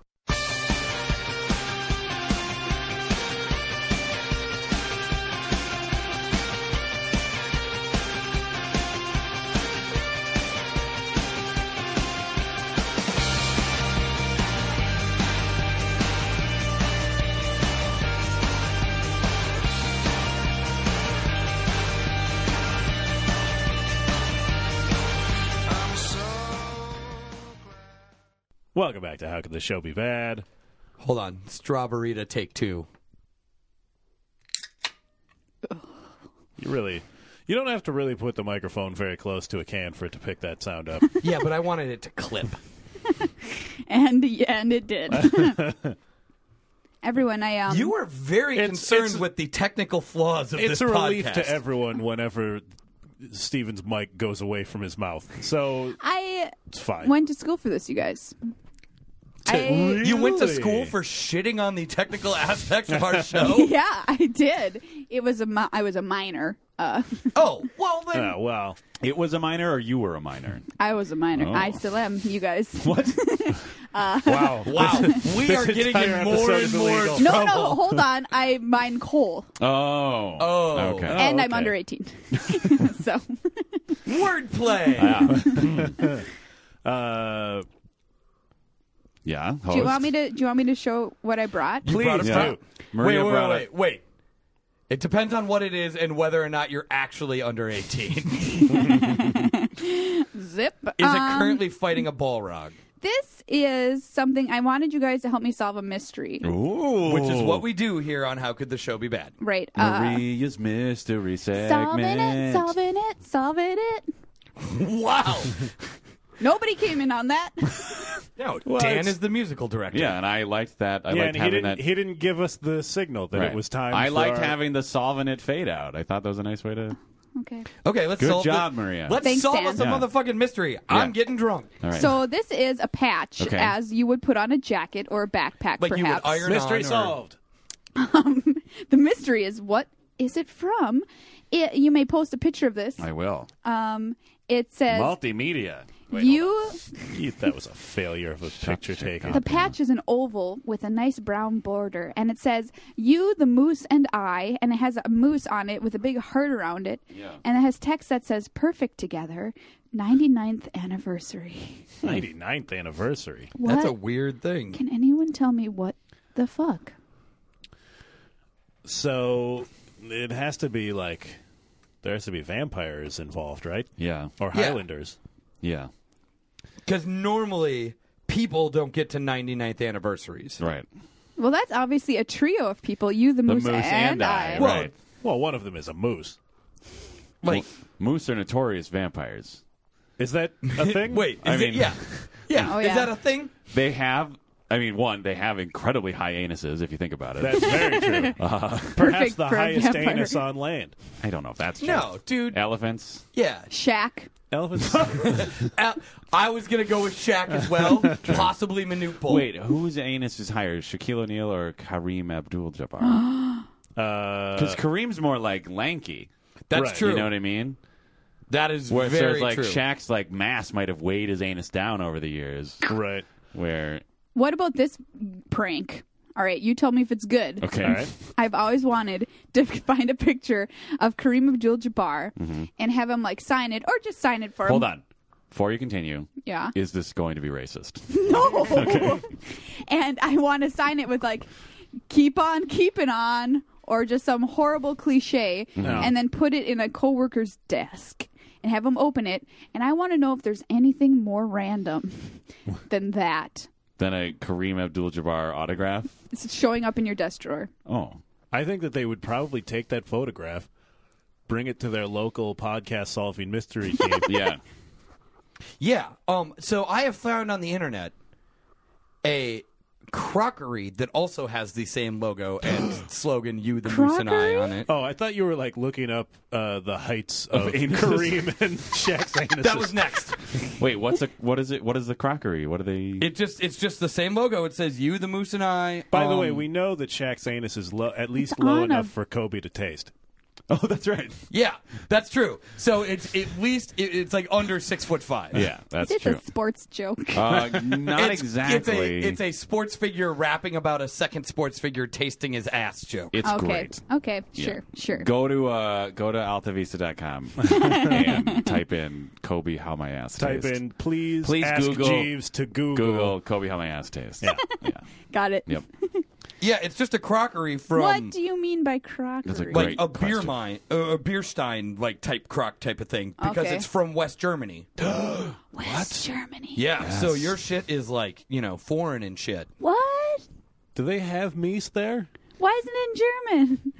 Welcome back to How Could the Show Be Bad? Hold on, strawberry to take two. You really, you don't have to really put the microphone very close to a can for it to pick that sound up. Yeah, but I wanted it to clip. and and it did. Everyone, I um, You were very It's- concerned it's- with the technical flaws of it's this a relief podcast. to everyone whenever Steven's mic goes away from his mouth, so I it's fine. went to school for this, you guys. I- You went to Really? school for shitting on the technical aspects of our show. Yeah, I did. It was a mi- I was a minor. Uh, oh, well then, Oh, well, It was a minor or you were a minor? I was a minor. Oh. I still am. You guys. What? wow, wow, we are getting entire in more episode and is more. illegal. No, no, trouble. hold on. I mine coal, Oh. Oh. Okay. and I'm okay. under 18. so Wordplay. Uh, Yeah. do you want me to? Do you want me to show what I brought? You brought please a Yeah. pro- Maria wait, wait, brought wait, wait, up- wait. It depends on what it is and whether or not you're actually under 18. is Zip. it Um, currently fighting a Balrog? This is something I wanted you guys to help me solve a mystery. Ooh. which is what we do here on How Could the Show Be Bad? Right. Maria's mystery uh, segment. solving it, solving it, solving it. Wow. Nobody came in on that. no, Well, Dan it's- is the musical director. Yeah, and I liked that. I yeah, liked and he having didn't. that. He didn't give us the signal that Right. it was time. I for liked our- having the solving it fade out. I thought that was a nice way to. okay. Okay, let's Good solve job, it. Maria. Let's Thanks, solve Dan. us a Yeah. motherfucking mystery. I'm Yeah. getting drunk. All right. So this is a patch, Okay. as you would put on a jacket or a backpack, Like you would perhaps. iron mystery on or- solved. the mystery is what is it from? It, you may post a picture of this. I will. Um, it says Multimedia. Wait, hold you. Yeet, that was a failure of a picture taken. The patch is an oval with a nice brown border, and it says "You, the moose, and I," and it has a moose on it with a big heart around it, Yeah. and it has text that says "Perfect together, 99th anniversary." 99th anniversary. What? That's a weird thing. Can anyone tell me what the fuck? So it has to be like there has to be vampires involved, right? on. Yeah. Or Yeah. Highlanders. Yeah. Because normally people don't get to 99th anniversaries. Right. Well, that's obviously a trio of people: you, the, The moose, and, I. Well, right. Well, one of them is a moose. Like, Mo- moose are notorious vampires. Is that a thing? wait, is I it? mean- Yeah. Yeah. Oh, Is yeah. that a thing? They have. I mean, one, they have incredibly high anuses. If you think about it, that's very true. Perhaps Perfect the for a highest vampire. anus on land. I don't know if that's true. No, dude. Elephants. Yeah. Shaq. Elephants. Uh, I was going to go with Shaq as well, possibly Manute Bull. Wait, whose anus is higher, Shaquille O'Neal or Kareem Abdul-Jabbar? Because uh, Kareem's more like lanky. That's Right. true. You know what I mean? That is Where so very it's like true. Shaq's like mass might have weighed his anus down over the years. right. Where What about this prank? All right, you tell me if it's good. okay, All right. I've always wanted to find a picture of Kareem Abdul-Jabbar and have him like sign it, or just sign it for hold him. on. Before you continue, Yeah. is this going to be racist? No. and I want to sign it with like, "Keep on keeping on," or just some horrible cliche, and then put it in a coworker's desk and have him open it. And I want to know if there's anything more random than that. Then a Kareem Abdul-Jabbar autograph. It's showing up in your desk drawer. Oh, I think that they would probably take that photograph, bring it to their local podcast solving mystery team. yeah. Yeah. Um. So I have found on the internet a crockery that also has the same logo and slogan "You the Moose and I" Crockery? on it. oh, I thought you were like looking up uh, the heights of, anuses. Kareem and Shaq's anuses. That was next. Wait, what's a what is it? What is the crockery? What are they? It just it's just the same logo. It says "You the Moose and I." By the Um, way, we know that Shaq's anus is low, at least It's low on a- enough for Kobe to taste. oh, that's right. yeah, that's true. So it's at least it, it's like under six foot five. Yeah, that's It's true. a sports joke. Uh, not It's- exactly. It's a, it's a sports figure rapping about a second sports figure tasting his ass joke. It's okay. great. Okay. Yeah. Sure. Sure. Go to uh, go to altavista.com and type in Kobe how my ass Type tastes. in, please, Please ask Google- Jeeves to Google. Google Kobe how my ass tastes. Yeah. Got it. Yep. yeah, it's just a crockery from What do you mean by crockery? great- like a beer question. mine, uh, a beer stein like type crock type of thing because Okay. it's from West Germany. West Germany. Yeah, so your shit is like you know foreign and shit. What? Do they have meese there? Why isn't it in German?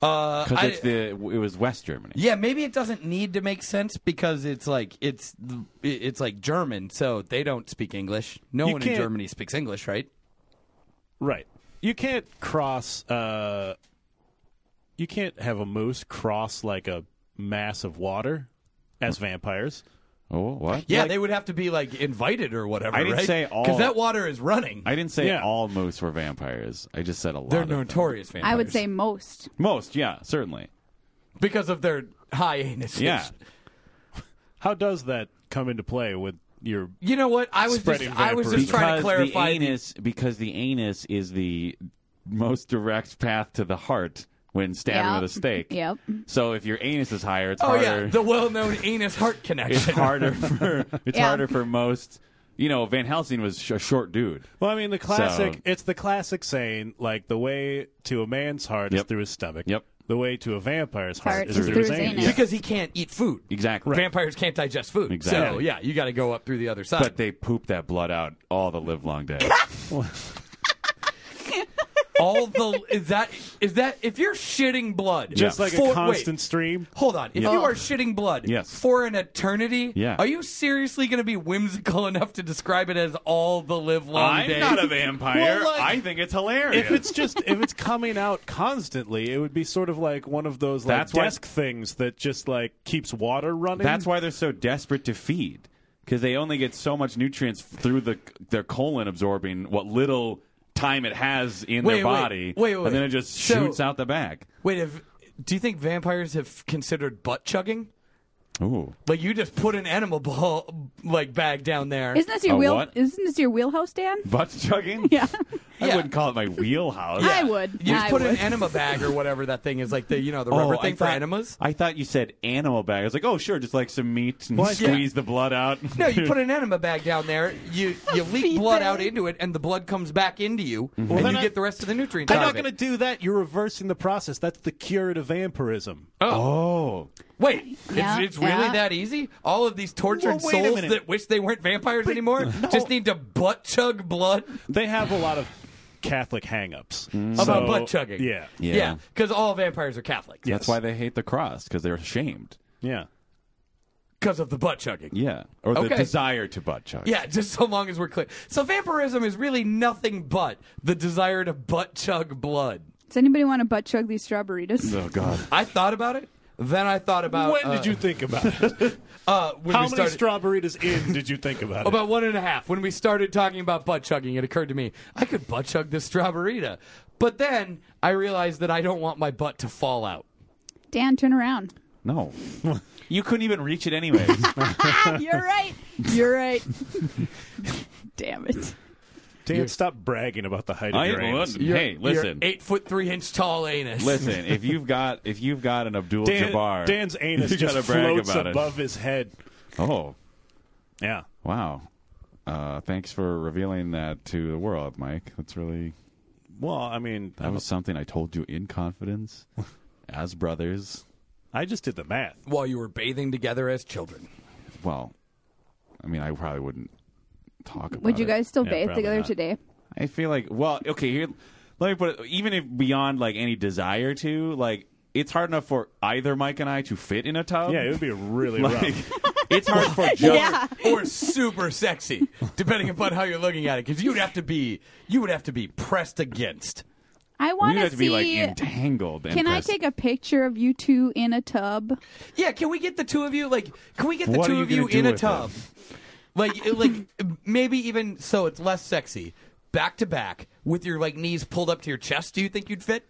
Uh, Because I- it's the it was West Germany. yeah, maybe it doesn't need to make sense because it's like it's it's like German, so they don't speak English. No You one in can't- Germany speaks English, right? Right. You can't cross. Uh, you can't have a moose cross like a mass of water as vampires. Oh, what? Yeah, they would have to be like invited or whatever. I didn't right? say all- because that water is running. I didn't say Yeah. all moose were vampires. I just said a lot. They're of them. notorious vampires. I would say most. most. Yeah, certainly. because of their high anus. Yeah. How does that come into play with your? You know what? I was Spreading just I was just vampirism. trying to because the clarify the- anus because the anus is the most direct path to the heart when stabbing Yep. with a stake. Yep. So if your anus is higher, it's Oh harder. yeah, the well-known anus heart it's connection. harder for it's Yeah. harder for most. You know, Van Helsing was sh- a short dude. Well, I mean, the classic. So- it's the classic saying, like the way to a man's heart is Yep. through his stomach. Yep. The way to a vampire's heart Heart is is through through his his anus. anus. because he can't eat food. Exactly. Right. Vampires can't digest food. So Exactly. yeah, you got to go up through the other side. But they poop that blood out all the live long day. all the is that is that if you're shitting blood, Just Yeah. like for- a constant Wait, stream. hold on. If Yeah. you are shitting blood Yes. for an eternity, Yeah. are you seriously going to be whimsical enough to describe it as all the live long day? I'm not a vampire. Well, like, I think it's hilarious. If it's just if it's coming out constantly, it would be sort of like one of those like That's why- desk things that just like keeps water running. That's why they're so desperate to feed because they only get so much nutrients through the their colon absorbing what little time it has in Wait, their wait, body, wait, wait, and then wait. it just So- shoots out the back. Wait, if, do you think vampires have considered butt chugging? Ooh, Like you just put an animal ball like bag down there. Isn't this your A wheel? what? Isn't this your wheelhouse, Dan? butt chugging? Yeah. I Yeah. wouldn't call it my wheelhouse. I would. You just I put would. an enema bag or whatever that thing is, like the you know the Oh, rubber I thing for thought- enemas. I thought you said animal bag. I was like, oh, sure, just like some meat and Well, I- squeeze the blood out. No, you put an enema bag down there. You you leak Feed blood them. out into it, and the blood comes back into you, Well, and then you I- get the rest of the nutrients. I'm out not of it. going to do that. You're reversing the process. That's the cure to vampirism. oh, Wait, Yeah, it's, it's really yeah. that easy? All of these tortured Well, wait a souls minute. that wish they weren't vampires anymore just need to butt chug blood. They have a lot of Catholic hangups About butt chugging. Yeah, Mm. Yeah. Yeah, because all vampires are Catholic. that's why they hate the cross because they're ashamed. yeah. because of the butt chugging. Yeah, or the Okay. desire to butt chug. Yeah, just so long as we're clear. So vampirism is really nothing but the desire to butt chug blood. Does anybody want to butt chug these strawberries? Oh God. I thought about it. Then I thought about when uh, did you think about it? uh, when How we many started, strawberries in did you think about it? about one and a half. When we started talking about butt chugging, it occurred to me I could butt chug this strawberita. But then I realized that I don't want my butt to fall out. Dan, turn around. No. you couldn't even reach it anyway. Ah, you're right. You're right. Damn it. Dan, stop bragging about the height of I your anus. wouldn't. Hey, Your listen. eight foot three inch tall anus. Listen, if you've got if you've got an Abdul Dan, Jabbar, Dan's anus you just gotta brag floats about it. above his head. Oh, Yeah. wow! Uh, thanks for revealing that to the world, Mike. That's really Well, I mean, that was something I told you in confidence, as brothers. I just did the math. while you were bathing together as children. Well, I mean, I probably wouldn't talk about. Would you it. guys still Yeah, bathe probably together not. today? I feel like well, okay, here let me put it even if beyond like any desire to, like it's hard enough for either Mike and I to fit in a tub. Yeah, it would be really like rough. it's hard for just Yeah. or super sexy, depending upon how you're looking at it. Because you'd have to be you would have to be pressed against. I we want would have to be like see. entangled. and Can I pressed. take a picture of you two in a tub? Yeah, can we get the two of you like? Can we get the What are two you of you gonna do in a with tub? Like, like maybe even so, it's less sexy. Back to back with your like knees pulled up to your chest. Do you think you'd fit?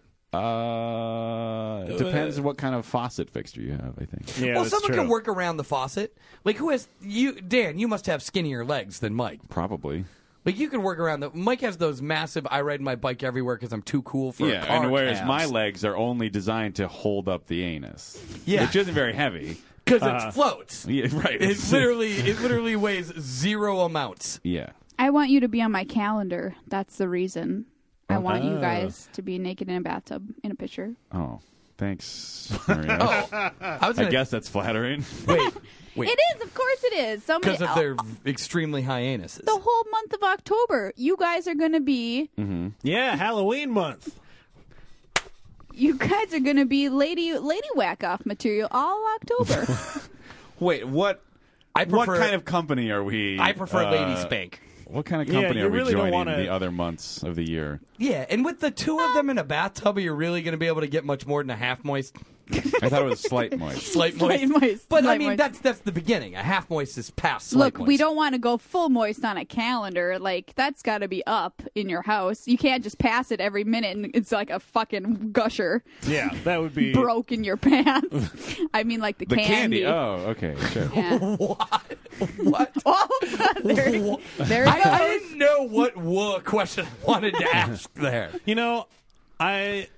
Uh, it depends on what kind of faucet fixture you have. I think. Yeah, well, that's someone true. can work around the faucet. Like who has you, Dan? You must have skinnier legs than Mike. Probably. Like you can work around the. Mike has those massive. I ride my bike everywhere because I'm too cool for. a Yeah, car and whereas calves. my legs are only designed to hold up the anus, Yeah. which isn't very heavy. because Uh, it floats. Yeah, right. It literally, it literally weighs zero amounts. Yeah. I want you to be on my calendar. That's the reason. Oh, I want you Ah. guys to be naked in a bathtub in a picture. Oh, thanks. Maria. Oh, I was I gonna guess that's flattering. wait, wait, It is, of course, it is. Somebody, because of their v- extremely high anuses. the whole month of October, you guys are going to be Mm. yeah, Halloween month. you guys are going to be lady lady whack off material all October. Wait, what? I what prefer- kind of company are we? I prefer uh, Lady Spank. What kind of Yeah, company you are we really don't joining wanna- the other months of the year? Yeah, and with the two of them in a bathtub, you're really going to be able to get much more than a half moist, I thought it was slight moist. slight moist. Slight moist, But I slight mean, moist. that's that's the beginning. A half moist is past. Slight Look, we moist. don't want to go full moist on a calendar. Like that's got to be up in your house. You can't just pass it every minute and it's like a fucking gusher Yeah, that would be broke in your pants. I mean, like the, The candy. candy. Oh, okay, sure. Yeah. What? What? oh, there, Wha- there I, it I goes. didn't know what wha question I wanted to ask there. You know, I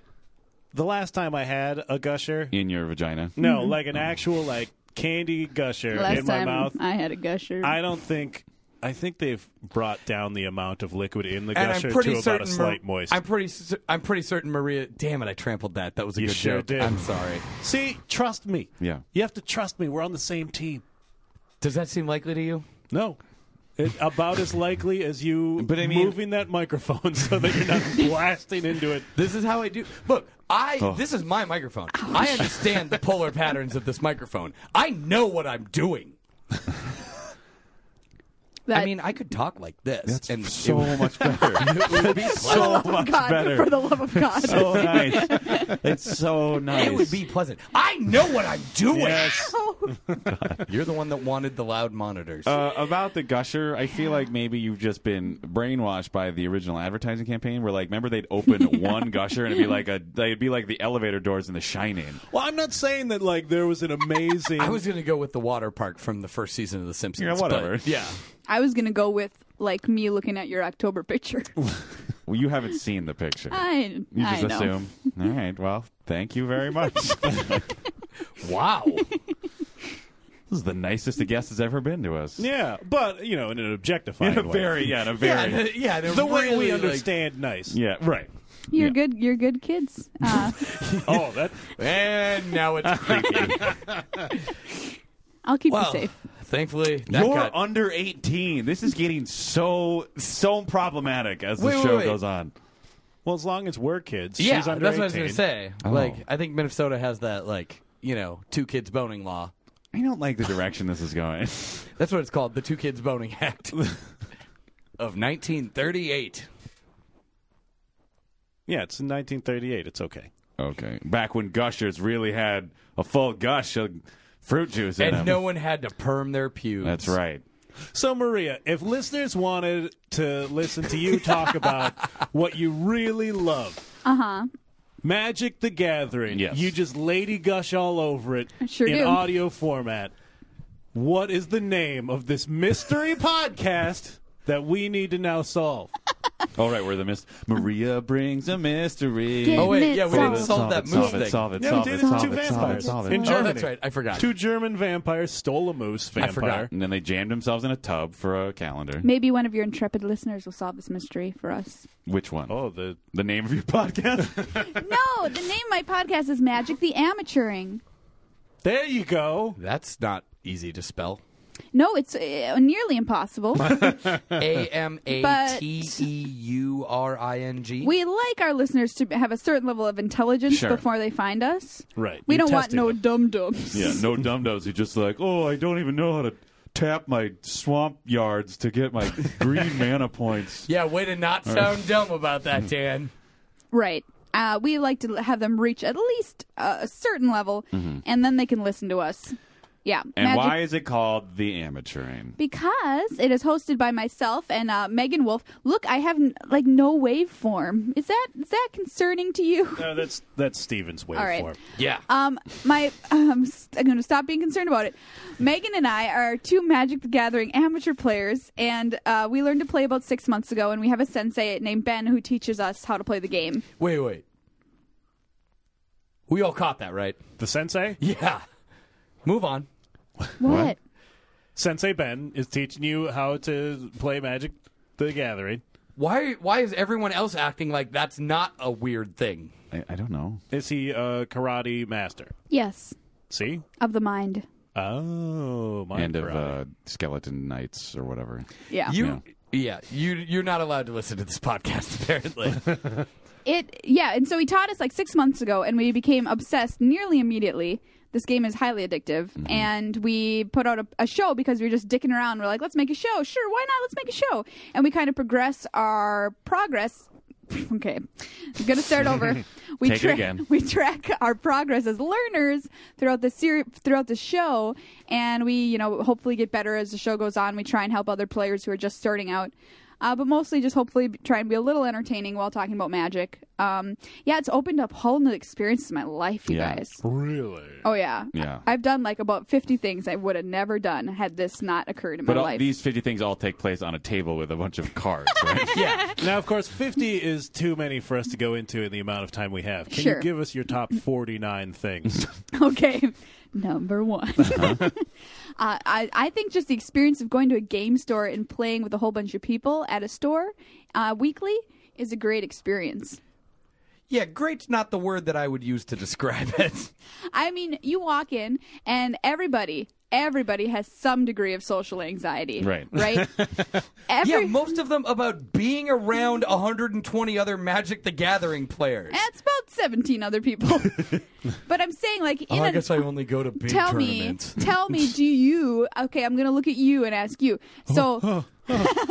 the last time I had a gusher, In your vagina. no, like an actual like candy gusher Mm-hmm. Last in my time mouth. I had a gusher. I don't think I think they've brought down the amount of liquid in the And gusher I'm pretty to about certain a slight Mar- moist. I'm pretty cer- I'm pretty certain Maria. Damn it! I trampled that. That was a You good sure joke. did. I'm sorry. See, trust me. Yeah. You have to trust me. We're on the same team. Does that seem likely to you? No. It, about as likely as you But I mean- moving that microphone so that you're not blasting into it. This is how I do. Look, I Oh. this is my microphone. I understand the polar patterns of this microphone. I know what I'm doing. That, I mean, I could talk like this. and so much better. for the so Oh, love of much God, better. for the love of God. so nice. It's so nice. it would be pleasant. I know what I'm doing. Yes. You're the one that wanted the loud monitors. Uh, about the gusher, I feel like maybe you've just been brainwashed by the original advertising campaign. Where like, remember they'd open one gusher and it'd be like a, they'd be like the elevator doors in The Shining. Well, I'm not saying that like there was an amazing. I was going to go with the water park from the first season of The Simpsons. Yeah, whatever. but- yeah. I was gonna go with like me looking at your October picture. Well, you haven't seen the picture. I, you I just know. assume. All right. Well, thank you very much. this Wow. is the nicest a guest has ever been to us. Yeah, but you know, in an objectifying In a way. very, yeah, in a yeah. very, yeah, th- yeah they're the way really, we like- understand nice. right. You're Yeah. good. You're good kids. Uh, Oh, that and now it's creepy. I'll keep well, you safe. thankfully, that You're got- under 18. This is getting so so problematic as the Wait, wait, show wait. goes on. well, as long as we're kids, yeah, she's that's under what I was going to 18. say. Oh. Like, I think Minnesota has that, like, you know, two kids boning law. I don't like the direction this is going. That's what it's called, the Two Kids Boning Act of 1938. Yeah, it's in 1938. It's okay. Okay. Back when gushers really had a full gush of fruit juice in And them. no one had to perm their pubes. That's right. So, Maria, if listeners wanted to listen to you talk about what you really love, uh Uh-huh. huh, Magic the Gathering, Yes. you just lady gush all over it sure in do. audio format. What is the name of this mystery podcast that we need to now solve? All right, we're the mist. Maria brings a mystery. Get Oh, wait, it yeah, we didn't solved. solve that it, moose solve it, thing. solve it, Yeah, we solve did it, it to solve two it, solve it, vampires. solve it. In Oh, Germany. that's right. I forgot. Two German vampires stole a moose vampire. I forgot. And then they jammed themselves in a tub for a calendar. Maybe one of your intrepid listeners will solve this mystery for us. Which one? Oh, the The name of your podcast? no, the name of my podcast is Magic the Amateuring. there you go. That's not easy to spell. No, it's uh, nearly impossible. A M A T E U R I N G. we like our listeners to have a certain level of intelligence Sure. before they find us. Right. We You're don't want testing no them. dum dums. yeah, no dum dums who just like, oh, I don't even know how to tap my swamp yards to get my green mana points. Yeah, way to not sound dumb about Mm-hmm. that, Dan. Right. Uh, we like to have them reach at least uh, a certain level, and then they can listen to us. Yeah. And why is it called the amateuring? Because it is hosted by myself and uh, Megan Wolf. Look, I have n- like no waveform. Is that is that concerning to you? No, that's that's Steven's All right. waveform. Yeah. Um, my um, s- I'm going to stop being concerned about it. Megan and I are two Magic the Gathering amateur players, and uh, we learned to play about six months ago. And we have a sensei named Ben who teaches us how to play the game. Wait, wait. We all caught that, right? The sensei, Yeah. Move on. What? Sensei Ben, is teaching you how to play Magic the Gathering. Why why is everyone else acting like that's not a weird thing? I, I don't know. Is he a karate master? Yes, See? of the mind. Oh, my and of karate. uh, skeleton knights or whatever. Yeah. You yeah, you you're not allowed to listen to this podcast apparently. uh, It yeah, and so he taught us like six months ago, and we became obsessed nearly immediately. This game is highly addictive, Mm-hmm. and we put out a, a show because we were just dicking around. We're like, let's make a show. Sure, why not? Let's make a show, and we kind of progress our progress. Okay, I'm gonna start over. We Take it again. We track our progress as learners throughout the series, throughout the show, and we, you know, hopefully get better as the show goes on. We try and help other players who are just starting out, uh, but mostly just hopefully b- try and be a little entertaining while talking about magic. Um, yeah, it's opened up whole new experiences in my life, you Yeah. guys. really? Oh yeah, Yeah. I- I've done like about fifty things I would have never done had this not occurred in But uh, my all, life. these 50 things all take place on a table with a bunch of cards, right? yeah. Now, of course, 50 is too many for us to go into in the amount of time we have. Can Sure. you give us your top 49 things? Okay, number one. Uh, I, I think just the experience of going to a game store and playing with a whole bunch of people at a store uh, weekly is a great experience. Yeah, great's not the word that I would use to describe it. I mean, you walk in and everybody, everybody has some degree of social anxiety. Right. Right? yeah, Every, most of them about being around 120 other Magic the Gathering players. that's about 17 other people. but I'm saying, like, Oh, in a, only go to big tell me, tell me, do you, okay, I'm going to look at you and ask you. So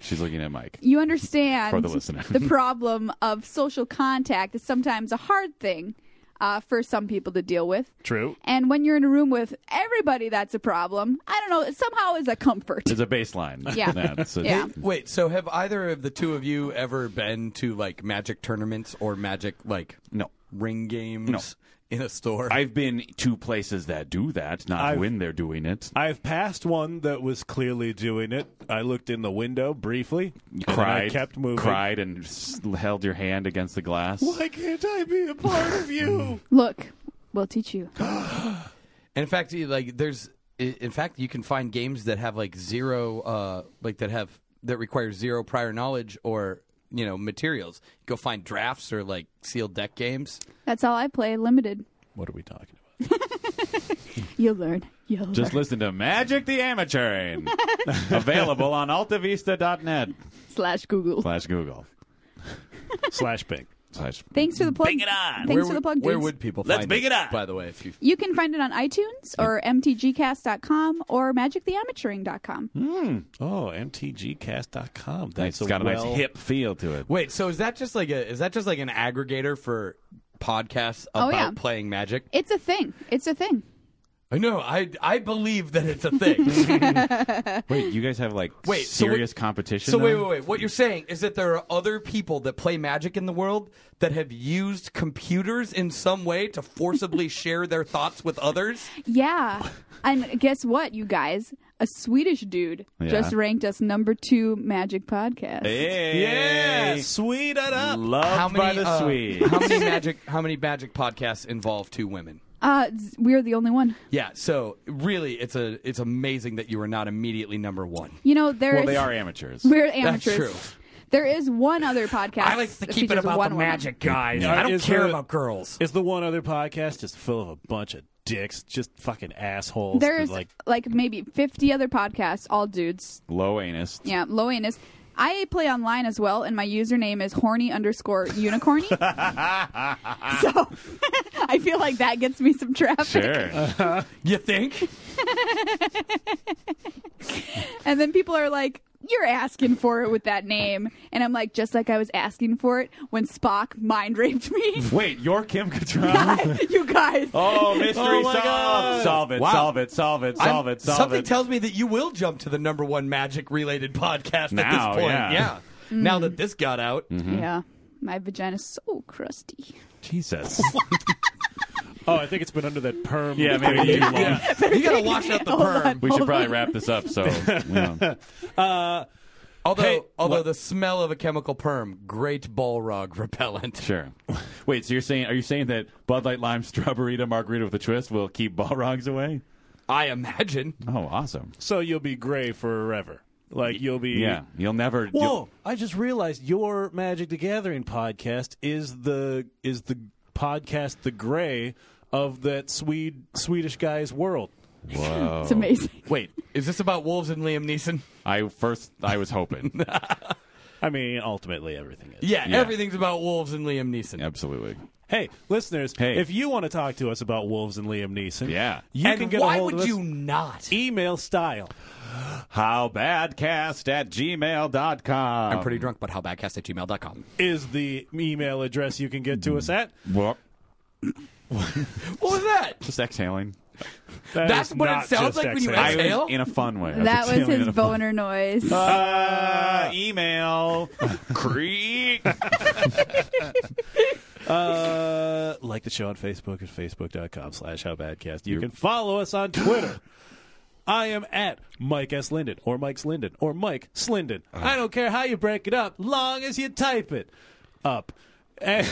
She's looking at Mike. you understand For the listener. the problem of social contact is sometimes a hard thing uh, for some people to deal with. True. And when you're in a room with everybody, that's a problem. I don't know. It somehow is a comfort. It's a baseline. Yeah. That's a- Yeah. Wait, so have either of the two of you ever been to like Magic tournaments or Magic like No. ring games in a store? I've been to places that do that, not I've- when they're doing it. I've passed one that was clearly doing it. I looked in the window briefly. and then cried, I kept moving. cried, and s- held your hand against the glass. Why can't I be a part of you? Look, we'll teach you. And in fact, you- like there's, i- in fact, you can find games that have like zero, uh, like that have that require zero prior knowledge or you know materials. Go find drafts or like sealed deck games. That's all I play. Limited. what are we talking about? You'll learn. You'll Just learn. listen to Magic the Amateuring, available on altavista.net slash Google. slash Google Slash Bing. slash. Thanks for the plug. Thanks where for would, the plug, Where dudes. would people? Let's find big it up. By the way, if you You can find it on iTunes or mtgcast.com or magictheamateuring.com. Oh, mtgcast.com. That's Nice. It's got a nice well- hip feel to it. wait, so is that just like a is that just like an aggregator for podcasts Oh, about yeah. playing Magic? It's a thing. It's a thing. I know. I I believe that it's a thing. Wait, you guys have like Wait, so wait- serious competition? so wait, though? wait, wait. What you're saying is that there are other people that play Magic in the world that have used computers in some way to forcibly share their thoughts with others. Yeah. And guess what, you guys? A Swedish dude Yeah. just ranked us number two magic podcast. Hey. Yeah, sweet it up. Loved by the uh, Swedes. How many Magic? How many Magic podcasts involve two women? Uh, z- we're the only one. Yeah. So really, it's a it's amazing that you are not immediately number one. You know, there well, is- they are amateurs. We're That's amateurs. true. There is one other podcast. I like to that keep it features about one the woman. magic guys. Yeah. I don't Is care the- about girls. Is the one other podcast just full of a bunch of dicks, just fucking assholes? There's like like, maybe 50 other podcasts, all dudes. Low anus. Yeah, low anus. I play online as well, and my username is horny underscore unicorny. so I feel like that gets me some traffic. Sure. Uh. you think? And then people are like, you're asking for it with that name. And I'm like, just like I was asking for it when Spock mind raped me. wait, you're Kim Cattrall. you guys. Oh, mystery Oh my solved. God. Solve it, Wow. solve it, solve it, solve I'm- it, solve something it. tells me that you will jump to the number one magic related podcast at Now, this point. yeah. Mm. Now Mm. that this got out, Yeah. My vagina's so crusty. Jesus. Oh, I think it's been under that perm. Yeah, maybe thing you- too long. you got to wash out the perm. we should probably wrap this up. So, you know. Although, Hey, although the smell of a chemical perm, great Balrog repellent. sure. Wait, so you're saying are you saying that Bud Light Lime Strawberry to Margarita with a twist will keep Balrogs away? I imagine. Oh, awesome. So you'll be gray forever. Like you'll be. Yeah, you'll never. Whoa! I just realized your Magic the Gathering podcast is the is the podcast the gray of that Swede Swedish guy's world. you'll- whoa. It's amazing. Wait, is this about wolves and Liam Neeson? I first I was hoping. I mean, ultimately everything is. Yeah, Yeah. everything's about wolves and Liam Neeson. Absolutely. Hey, listeners, Hey. if you want to talk to us about wolves and Liam Neeson, Yeah. you and can get a why hold of would us you not? email style. How badcast at gmail.com. I'm pretty drunk, but howbadcast at gmail.com. is the email address you can get to Hmm. us at. Well, What was that? just exhaling. That That's is what it not sounds just like when you exhaling. I Exhale? was in a fun way. I That was exhaling his in a fun- boner noise. Uh, email. Creek. Uh, like the show on Facebook at facebook.com slash howbadcast. You can follow us on Twitter. I am at Mike S. Linden or Mike's Linden or Mike Slinden. Uh-huh. I don't care how you break it up, long as you type it up. And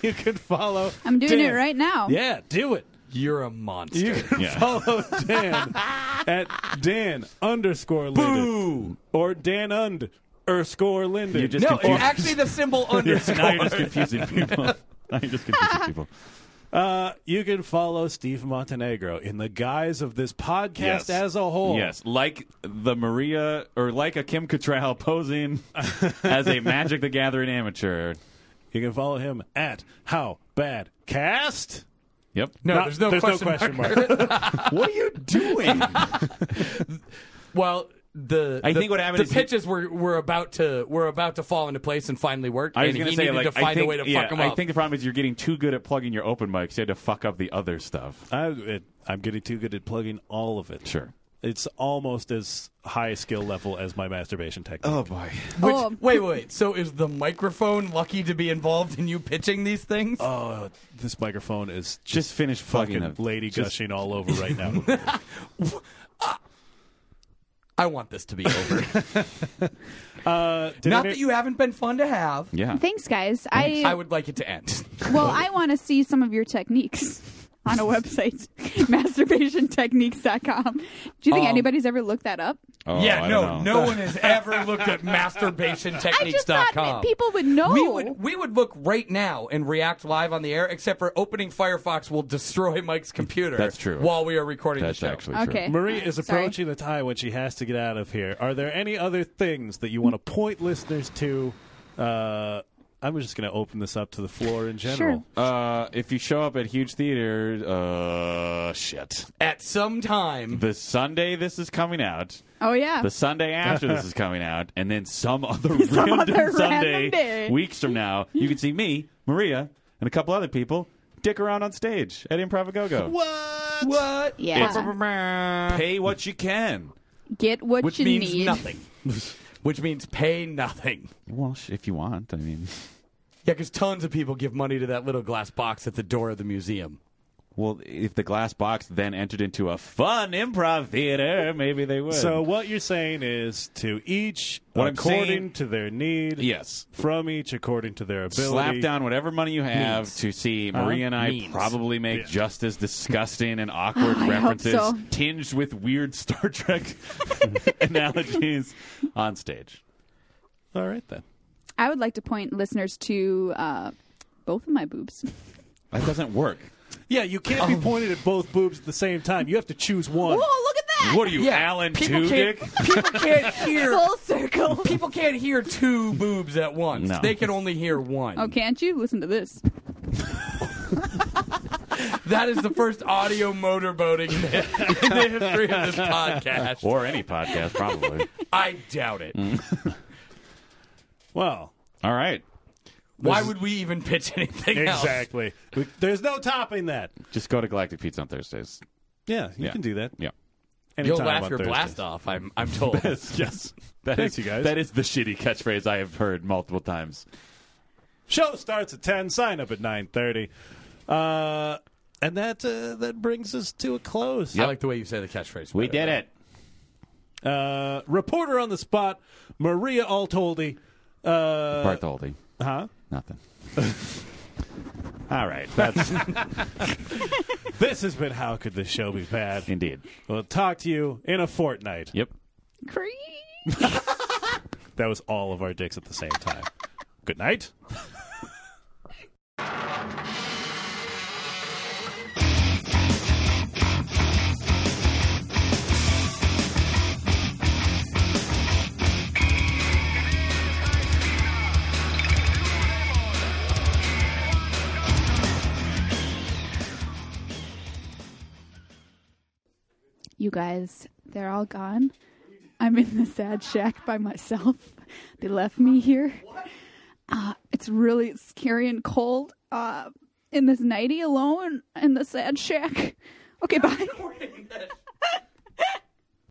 you can follow. I'm doing Dan. it right now. Yeah, do it. You're a monster. You can Yeah. follow Oh, Dan at Dan underscore Linden. Boo! Or Dan und underscore Linden. You just no, confused- it's actually the symbol Yeah, now you're underscore. just confusing people. now you're just confusing people. uh, you can follow Steve Montenegro in the guise of this podcast Yes. as a whole. Yes, like the Maria or like a Kim Cattrall posing as a Magic the Gathering amateur. You can follow him at How Bad Cast. Yep. No, Not- there's no there's question, no question mark. mark. What are you doing? Well, the I the- think what happened the is he- pitches were, were about to were about to fall into place and finally work. I was and going he say needed like to find I think, a way to yeah, fuck him I up. think the problem is you're getting too good at plugging your open mics. You had to fuck up the other stuff. I, it, I'm getting too good at plugging all of it. Sure. It's almost as high a skill level as my masturbation technique. Oh boy. Which, Oh. Wait, wait, wait. So is the microphone lucky to be involved in you pitching these things? Uh, Oh, this microphone is just, Just finish plugging fucking them. lady Just- gushing all over right now. I want this to be over. Uh, did Not any- that you haven't been fun to have. Yeah. Thanks, guys. I, I would like it to end. well, I want to see some of your techniques on a website, masturbationtechniques.com. Do you think Um, anybody's ever looked that up? Oh, I yeah, don't no, know. no one has ever looked at masturbationtechniques.com. I just thought that people would know. We would we would look right now and react live on the air, except for opening Firefox will destroy Mike's computer. That's true. While we are recording That's the show, actually true. okay. Marie is Sorry. approaching the time when she has to get out of here. Are there any other things that you want to point listeners to? Uh, I'm just going to open this up to the floor in general. Uh, if you show up at Huge Theater, uh, shit. at some time, The Sunday this is coming out, Oh, yeah. the Sunday after this is coming out, and then some other Some random other Sunday random day. weeks from now, you can see me, Maria, and a couple other people dick around on stage at Improv Go Go. What? what? It's yeah. pay what you can. Get what Which you means need. nothing. Which means pay nothing. Well, sh- if you want, I mean, Yeah, because tons of people give money to that little glass box at the door of the museum. well, if the glass box then entered into a fun improv theater, maybe they would. So what you're saying is to each What I'm according saying- to their need. yes, From each according to their ability. Uh-huh. Slap down whatever money you have to see Maria and I Means. probably make Yeah. just as disgusting and awkward I hope references so. tinged with weird Star Trek analogies on stage. All right then. I would like to point listeners to uh, both of my boobs. That doesn't work. Yeah, you can't be pointed at both boobs at the same time. You have to choose one. Whoa, look at that! What are you, Yeah, Alan people Tudyk? can't, people can't hear. Full circle. People can't hear two boobs at once. No. They can only hear one. Oh, can't you? Listen to this. That is the first audio motorboating in the, in the history of this podcast. Or any podcast, probably. I doubt it. Mm. Well, All right. Why would we even pitch anything else? exactly. We- There's no topping that. Just go to Galactic Pizza on Thursdays. Yeah, you Yeah. can do that. Yeah. You'll Anytime laugh on your Thursdays. blast off. I'm I'm told. yes. That Thanks, is- you guys. That is the shitty catchphrase I have heard multiple times. Show starts at ten. Sign up at nine thirty, uh, and that uh, that brings us to a close. I like the way you say the catchphrase. We by the did way. it. Uh, reporter on the spot, Maria Altoldi. Uh, Bartholdi. huh? Nothing. All right. That's This has been how could this show be bad? indeed. We'll talk to you in a fortnight. Yep. Creep. That was all of our dicks at the same time. Good night. You guys, they're all gone. I'm in the sad shack by myself. They left me here. Uh, it's really scary and cold uh, in this nighty alone in the sad shack. Okay, bye. That